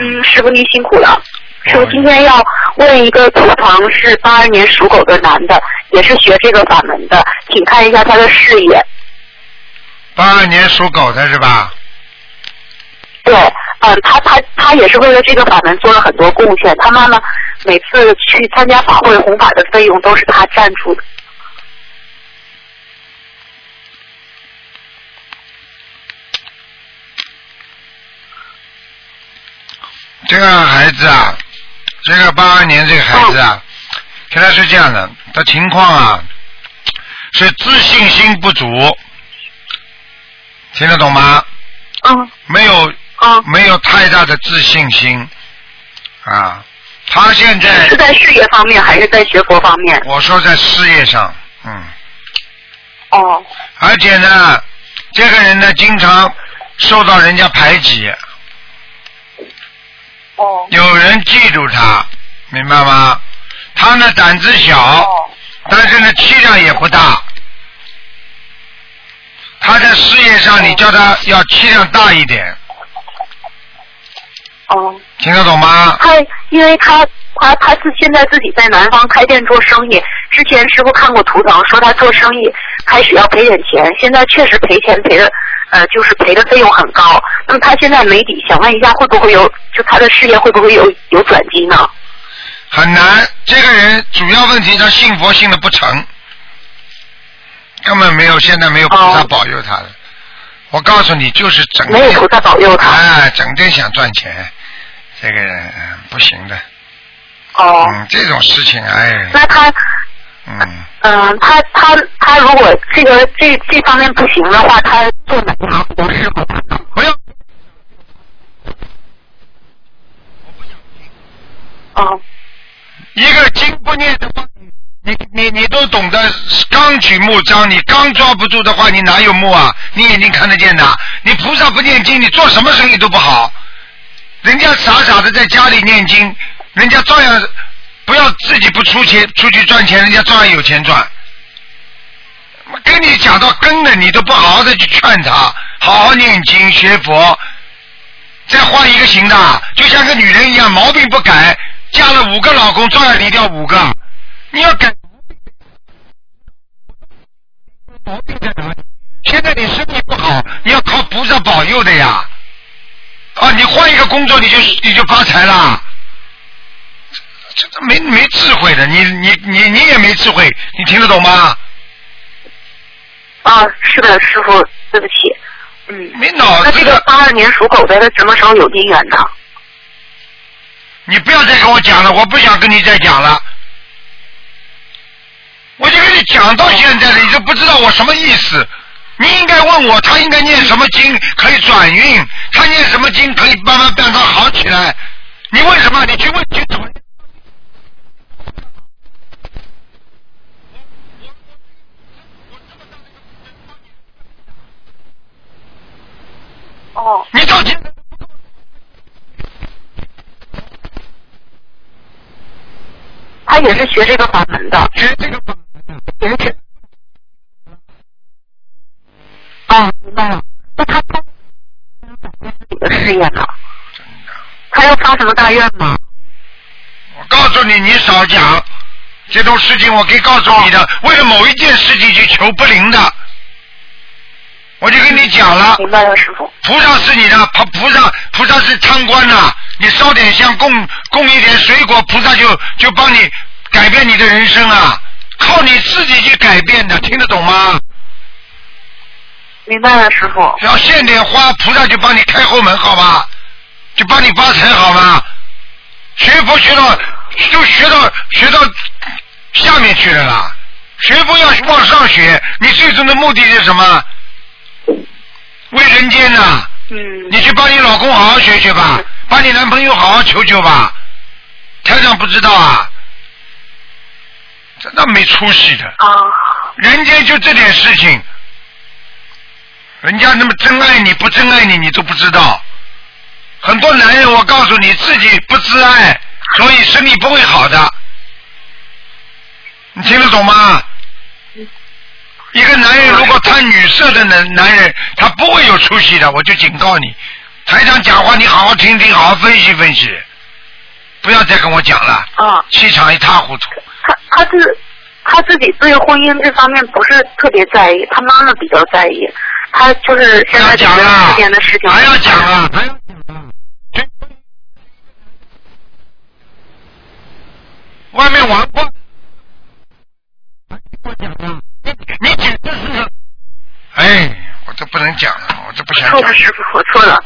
Speaker 2: 嗯，师傅您辛苦了。师傅今天要问一个同行是八二年属狗的男的，也是学这个法门的，请看一下他的事业。
Speaker 1: 八二年属狗的是吧？
Speaker 2: 对，嗯，他他他也是为了这个法门做了很多贡献。他妈妈每次去参加法会弘法的费用都是他赞助的。
Speaker 1: 这个孩子啊，这个八二年这个孩子啊，现在是这样的，他情况啊是自信心不足，听得懂吗？
Speaker 2: 嗯。
Speaker 1: 没有。
Speaker 2: 嗯。
Speaker 1: 没有太大的自信心啊，他现在
Speaker 2: 是在事业方面还是在学佛方面？
Speaker 1: 我说在事业上，嗯。
Speaker 2: 哦。
Speaker 1: 而且呢，这个人呢，经常受到人家排挤。
Speaker 2: 哦。
Speaker 1: 有人嫉妒他，明白吗？他呢胆子小，
Speaker 2: 哦
Speaker 1: 但是呢气量也不大。他在事业上，你叫他要气量大一点，
Speaker 2: 哦。
Speaker 1: 听得懂吗？
Speaker 2: 他因为他他他自现在自己在南方开店做生意，之前师傅看过图腾，说他做生意开始要赔点钱，现在确实赔钱赔的呃就是赔的费用很高。那么他现在没底，想问一下会不会有就他的事业会不会有有转机呢？
Speaker 1: 很难。这个人主要问题，他信佛信的不成，根本没有，现在没有菩萨保佑他的。我告诉你，就是整天
Speaker 2: 哦没有菩萨保佑他
Speaker 1: 哎，整天想赚钱，这个人嗯不行的。
Speaker 2: 哦。
Speaker 1: 嗯，这种事情，哎，
Speaker 2: 那他
Speaker 1: 嗯，
Speaker 2: 嗯、他他他如果这个这这方面不行的话，他做哪一行比较适合他？
Speaker 1: 不要。
Speaker 2: 哦。
Speaker 1: 一个经不念的话，你你你都懂得钢举木张，你刚抓不住的话，你哪有木啊？你眼睛看得见的。你菩萨不念经，你做什么生意都不好。人家傻傻的在家里念经，人家照样不要自己不出钱出去赚钱，人家照样有钱赚。我跟你讲到根了，你都不好好的去劝他，好好念经学佛，再换一个行的，就像个女人一样，毛病不改，嫁了五个老公，照样离掉五个。你要改毛病在哪里？现在你身体不好，你要靠菩萨保佑的呀。啊，你换一个工作，你就你就发财啦。这这没没智慧的，你你你你也没智慧，你听得懂吗？
Speaker 2: 啊，是的，师傅，对不起。嗯，
Speaker 1: 没脑
Speaker 2: 那这个八二年属狗的，他什么时候有姻缘呢？
Speaker 1: 你不要再跟我讲了，我不想跟你再讲了。我就跟你讲到现在了，你都不知道我什么意思。你应该问我，他应该念什么经可以转运，他念什么经可以慢慢让他好起来。你问什么？你去问去怎么？
Speaker 12: 哦。
Speaker 1: 你着急。
Speaker 2: 他也是学这个法门的。
Speaker 1: 学这个法
Speaker 2: 门的。也是。哦，明白了。那他他你的事业呢？他要发什么大愿吗？
Speaker 13: 我告诉你，你少讲
Speaker 1: 这种事情我可以告诉你的，为了某一件事情去求不灵的，我就跟你讲了。
Speaker 2: 明白了，师傅。
Speaker 1: 菩萨是你的，菩菩萨菩萨是参观呐、你烧点香供供一点水果，菩萨就就帮你改变你的人生啊，靠你自己去改变的，听得懂吗？
Speaker 2: 明白了，师傅。
Speaker 1: 只要献点花，菩萨就帮你开后门，好吧？就帮你发财，好吧？学佛学到就学到学到下面去了啦。学佛要往上学，你最终的目的是什么？为人间呐、嗯。你去帮你老公好好学学吧，帮你男朋友好好求求吧。台长不知道啊，真的没出息的。
Speaker 2: 啊。
Speaker 1: 人间就这点事情，人家那么真爱你不真爱你，你都不知道。很多男人，我告诉你，自己不自爱，所以身体不会好的。你听得懂吗？一个男人如果贪女色的男男人，他不会有出息的。我就警告你，台长讲话你好好听听，好好分析分析，不要再跟我讲了。
Speaker 2: 啊。
Speaker 1: 气场一塌糊涂。
Speaker 2: 他他自他自己对婚姻这方面不是特别在意，他妈妈比较在意。他就是现在讲了之前的事情，还要
Speaker 1: 讲啊！外面玩过，你简直是……哎，我都不能讲了，我都不想
Speaker 2: 错
Speaker 1: 讲
Speaker 2: 了，。师傅，我错了。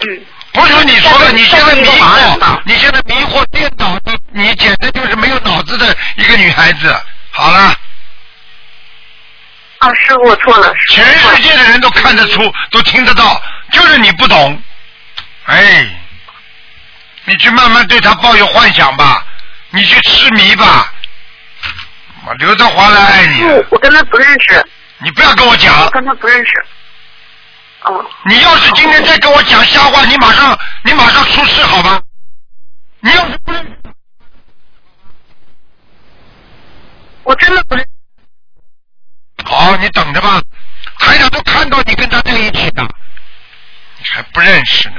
Speaker 2: 嗯。
Speaker 1: 不是你说的，你现在迷
Speaker 2: 麻烦
Speaker 1: 惑，你现在迷惑颠倒的，你简直就是没有脑子的一个女孩子。好了，
Speaker 2: 啊，师傅，我错了。嗯
Speaker 1: 全世界的人都看得出，都听得到，就是你不懂。哎，你去慢慢对他抱有幻想吧，你去痴迷吧。我刘德华来爱你，
Speaker 2: 不，我跟他不认识。
Speaker 1: 你不要跟我讲。
Speaker 2: 我跟他不认识。哦。
Speaker 1: 你要是今天再跟我讲瞎话，你马上你马上出事好吧？你要是不认识，
Speaker 2: 我真的不认
Speaker 1: 好，你等着吧。台长都看到你跟他在一起的，你还不认识呢。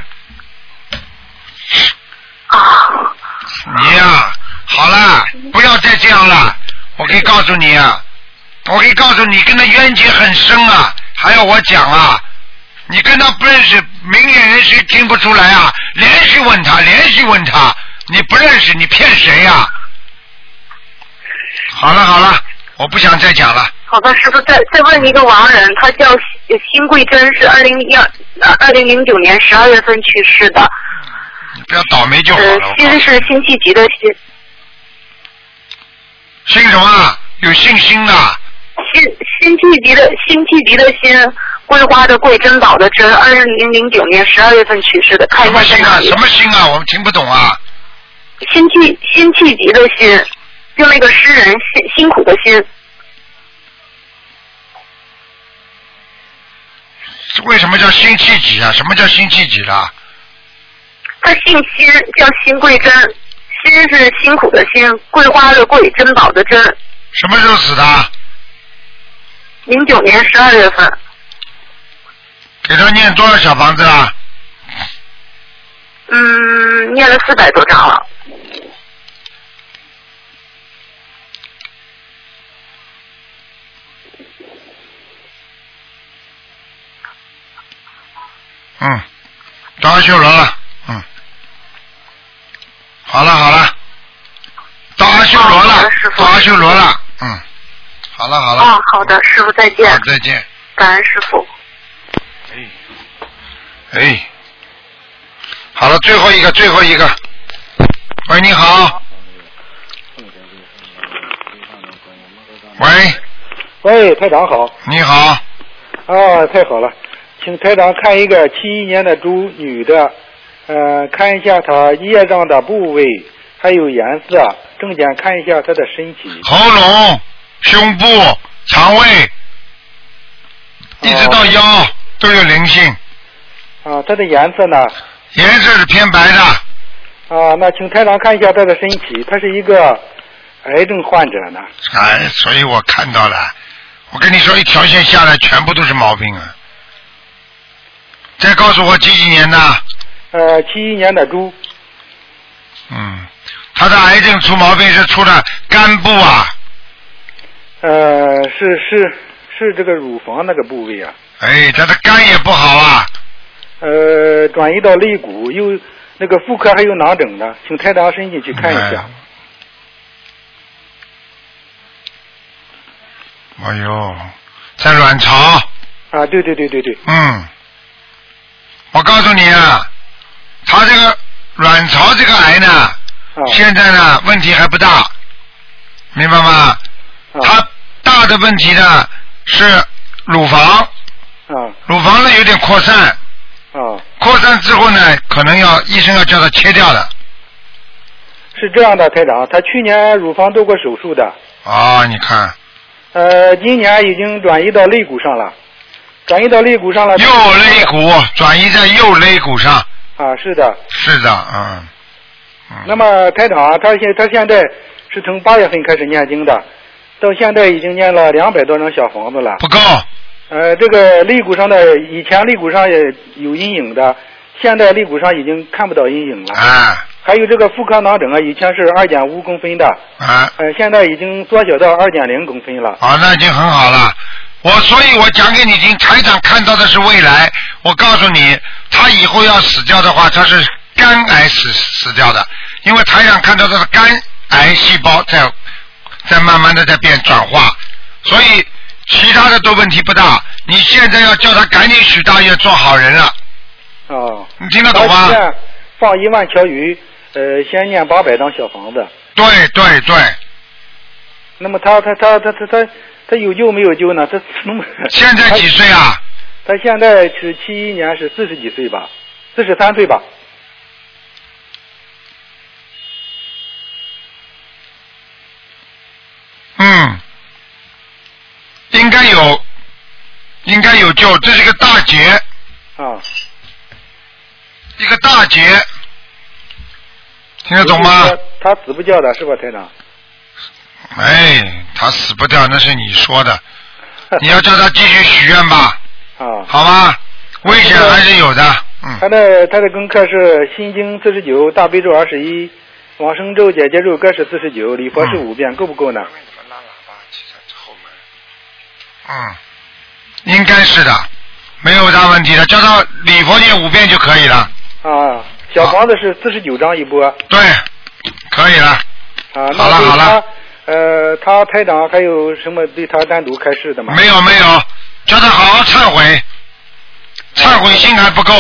Speaker 1: 你呀、好了，不要再这样了。我可以告诉你啊，我可以告诉你，跟他冤结很深啊。还要我讲啊？你跟他不认识，明眼人谁听不出来啊？连续问他，连续问他，你不认识，你骗谁呀、好了好了，我不想再讲了。
Speaker 2: 好吧，师傅，再再问一个亡人，他叫新新贵珍，是二零一二呃二零零九年十二月份去世的，
Speaker 1: 你不要倒霉就好
Speaker 2: 呃
Speaker 1: 了。我，告
Speaker 2: 心
Speaker 1: 诉你
Speaker 2: 是辛弃疾的辛，
Speaker 1: 信什么啊？有信心的、
Speaker 2: 辛辛弃疾的辛弃疾的辛，桂花的桂，珍宝的珍，二零零九年十二月份去世的，看
Speaker 1: 什
Speaker 2: 一下
Speaker 1: 么
Speaker 2: 在
Speaker 1: 心
Speaker 2: 哪
Speaker 1: 啊？
Speaker 2: 里
Speaker 1: 什。么心啊？我们听不懂啊。
Speaker 2: 辛弃辛弃疾的辛，就那个诗人辛辛苦的辛，
Speaker 1: 为什么叫辛弃疾啊？什么叫辛弃疾啦、
Speaker 2: 他姓辛，叫辛贵珍，辛是辛苦的辛，桂花的桂，珍宝的珍，
Speaker 1: 什么时候死的？
Speaker 2: 零九年十二月份。
Speaker 1: 给他念多少小房子啊？
Speaker 2: 嗯，念了四百多章了。
Speaker 1: 嗯，到阿修罗了。嗯，好了好了，到阿修罗了，到阿修罗了。嗯，好了好了，
Speaker 2: 啊，好的，师傅再见
Speaker 1: 好，再见。
Speaker 2: 感恩师傅。
Speaker 1: 哎，好了，最后一个，最后一个。喂，你好。喂，
Speaker 14: 喂，台长好。
Speaker 1: 你好。
Speaker 14: 啊，太好了，请台长看一个七一年的猪女的，呃，看一下他业障的部位，还有颜色。重点看一下他的身体。
Speaker 1: 喉咙、胸部、肠胃，一直到腰、都有灵性。
Speaker 14: 啊，它的颜色呢？
Speaker 1: 颜色是偏白的。
Speaker 14: 啊，那请台长看一下他的身体，他是一个癌症患者呢。
Speaker 1: 哎，所以我看到了。我跟你说，一条线下来全部都是毛病啊！再告诉我几几年的？
Speaker 14: 呃，七一年的猪。
Speaker 1: 嗯，他的癌症出毛病是出了肝部啊。
Speaker 14: 呃，是是是这个乳房那个部位啊。
Speaker 1: 哎，他的肝也不好啊。
Speaker 14: 呃，转移到肋骨，又那个妇科还有囊肿呢，请台长申请去看一下。
Speaker 1: 哎呦，在卵巢。
Speaker 14: 啊，对对对对对，
Speaker 1: 嗯，我告诉你啊，他这个卵巢这个癌
Speaker 14: 啊
Speaker 1: 呢，现在呢问题还不大，明白
Speaker 14: 啊
Speaker 1: 吗？他大的问题呢是乳房，哎
Speaker 14: 啊
Speaker 1: 乳房呢有点扩散，
Speaker 14: 啊，
Speaker 1: 扩散之后呢，可能要医生要叫他切掉的。
Speaker 14: 是这样的，台长，他去年乳房做过手术的，
Speaker 1: 哦，你看，
Speaker 14: 呃，今年已经转移到肋骨上了，转移到肋骨上了。
Speaker 1: 右肋骨转移在右肋骨上，
Speaker 14: 啊，是的。
Speaker 1: 是的，嗯，
Speaker 14: 那么台长啊，他现他现在是从八月份开始念经的，到现在已经念了两百多张小房子了。
Speaker 1: 不够。
Speaker 14: 呃，这个肋骨上的以前肋骨上也有阴影的，现在肋骨上已经看不到阴影了。
Speaker 1: 啊。
Speaker 14: 还有这个妇科囊肿啊，以前是二点五公分的，
Speaker 1: 啊，
Speaker 14: 呃，现在已经缩小到二点零公分了。
Speaker 1: 啊，那已经很好了。我所以，我讲给你听，台长看到的是未来。我告诉你，他以后要死掉的话，他是肝癌死死掉的，因为台长看到的是肝癌细胞在在慢慢的在变转化，所以其他的都问题不大。你现在要叫他赶紧许大愿做好人了。
Speaker 14: 哦。
Speaker 1: 你听得懂吗
Speaker 14: 他现在放一万条鱼，呃，先念八百张小房子。
Speaker 1: 对对对，
Speaker 14: 那么他他他他他他他有救没有救呢？他
Speaker 1: 现在几岁啊？
Speaker 14: 他现在是七一年，是四十几岁吧，四十三岁吧。
Speaker 1: 嗯，应该有，应该有救，这是一个大劫。
Speaker 14: 啊。
Speaker 1: 一个大劫，听得懂吗？
Speaker 14: 就是说他死不掉的是吧，台长？
Speaker 1: 哎，他死不掉，那是你说 的。你要叫他继续许愿吧，
Speaker 14: 啊。
Speaker 1: 好吧？危险还是有的。
Speaker 14: 他的他的功课是《心经》四十九，大悲咒二十一，往生咒、解结咒各是四十九，礼佛是五遍，够不够呢？
Speaker 1: 嗯，应该是的，没有大问题的。叫他礼佛念五遍就可以了。
Speaker 14: 啊，小房子是四十九张一波。
Speaker 1: 对，可以了。
Speaker 14: 啊，
Speaker 1: 好了
Speaker 14: 那对
Speaker 1: 好了
Speaker 14: 他。呃，他台长还有什么对他单独开示的吗？
Speaker 1: 没有没有，叫他好好忏悔，忏悔心还不够，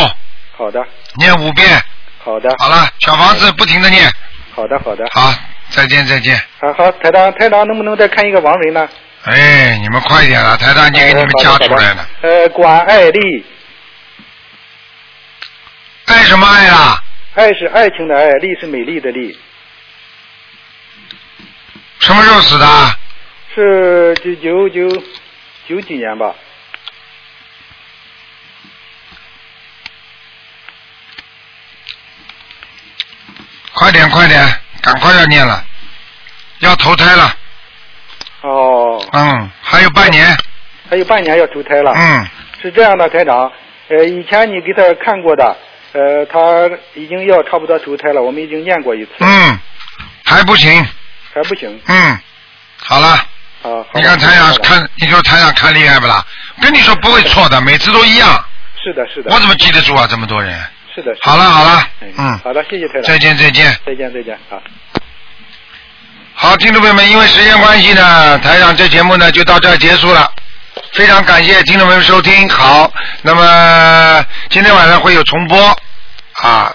Speaker 14: 好的，
Speaker 1: 念五遍。
Speaker 14: 好的。
Speaker 1: 好了，小房子不停的念。
Speaker 14: 好的，好的。
Speaker 1: 好，再见再见。
Speaker 14: 啊，好，台长，台长能不能再看一个王人呢？
Speaker 1: 哎，你们快一点了，台长已经给你们加出来了。
Speaker 14: 呃，管爱丽，
Speaker 1: 爱什么爱啊啦？
Speaker 14: 爱是爱情的爱，丽是美丽的丽，
Speaker 1: 什么时候死的？
Speaker 14: 是九九九九几年吧？
Speaker 1: 快点快点，赶快要念了，要投胎了。
Speaker 14: 哦，
Speaker 1: 嗯，还有半年。
Speaker 14: 还有半年要投胎了。
Speaker 1: 嗯，
Speaker 14: 是这样的，台长，呃，以前你给他看过的，呃，他已经要差不多投胎了，我们已经念过一次，
Speaker 1: 嗯，还不行。
Speaker 14: 还不行。
Speaker 1: 嗯，好了。
Speaker 14: 啊，
Speaker 1: 你看台长看，你说台长看厉害不啦？跟你说不会错的，每次都一样。
Speaker 14: 嗯是的，是的。
Speaker 1: 我怎么记得住啊？这么多人。
Speaker 14: 是的。是的哎
Speaker 1: 好了好了，嗯
Speaker 14: 好的，谢谢台长。
Speaker 1: 再见再见
Speaker 14: 再见，再啊见，好。
Speaker 1: 好，听众朋友们，因为时间关系呢，台长这节目呢就到这儿结束了。非常感谢听众朋友们收听，好，那么今天晚上会有重播啊，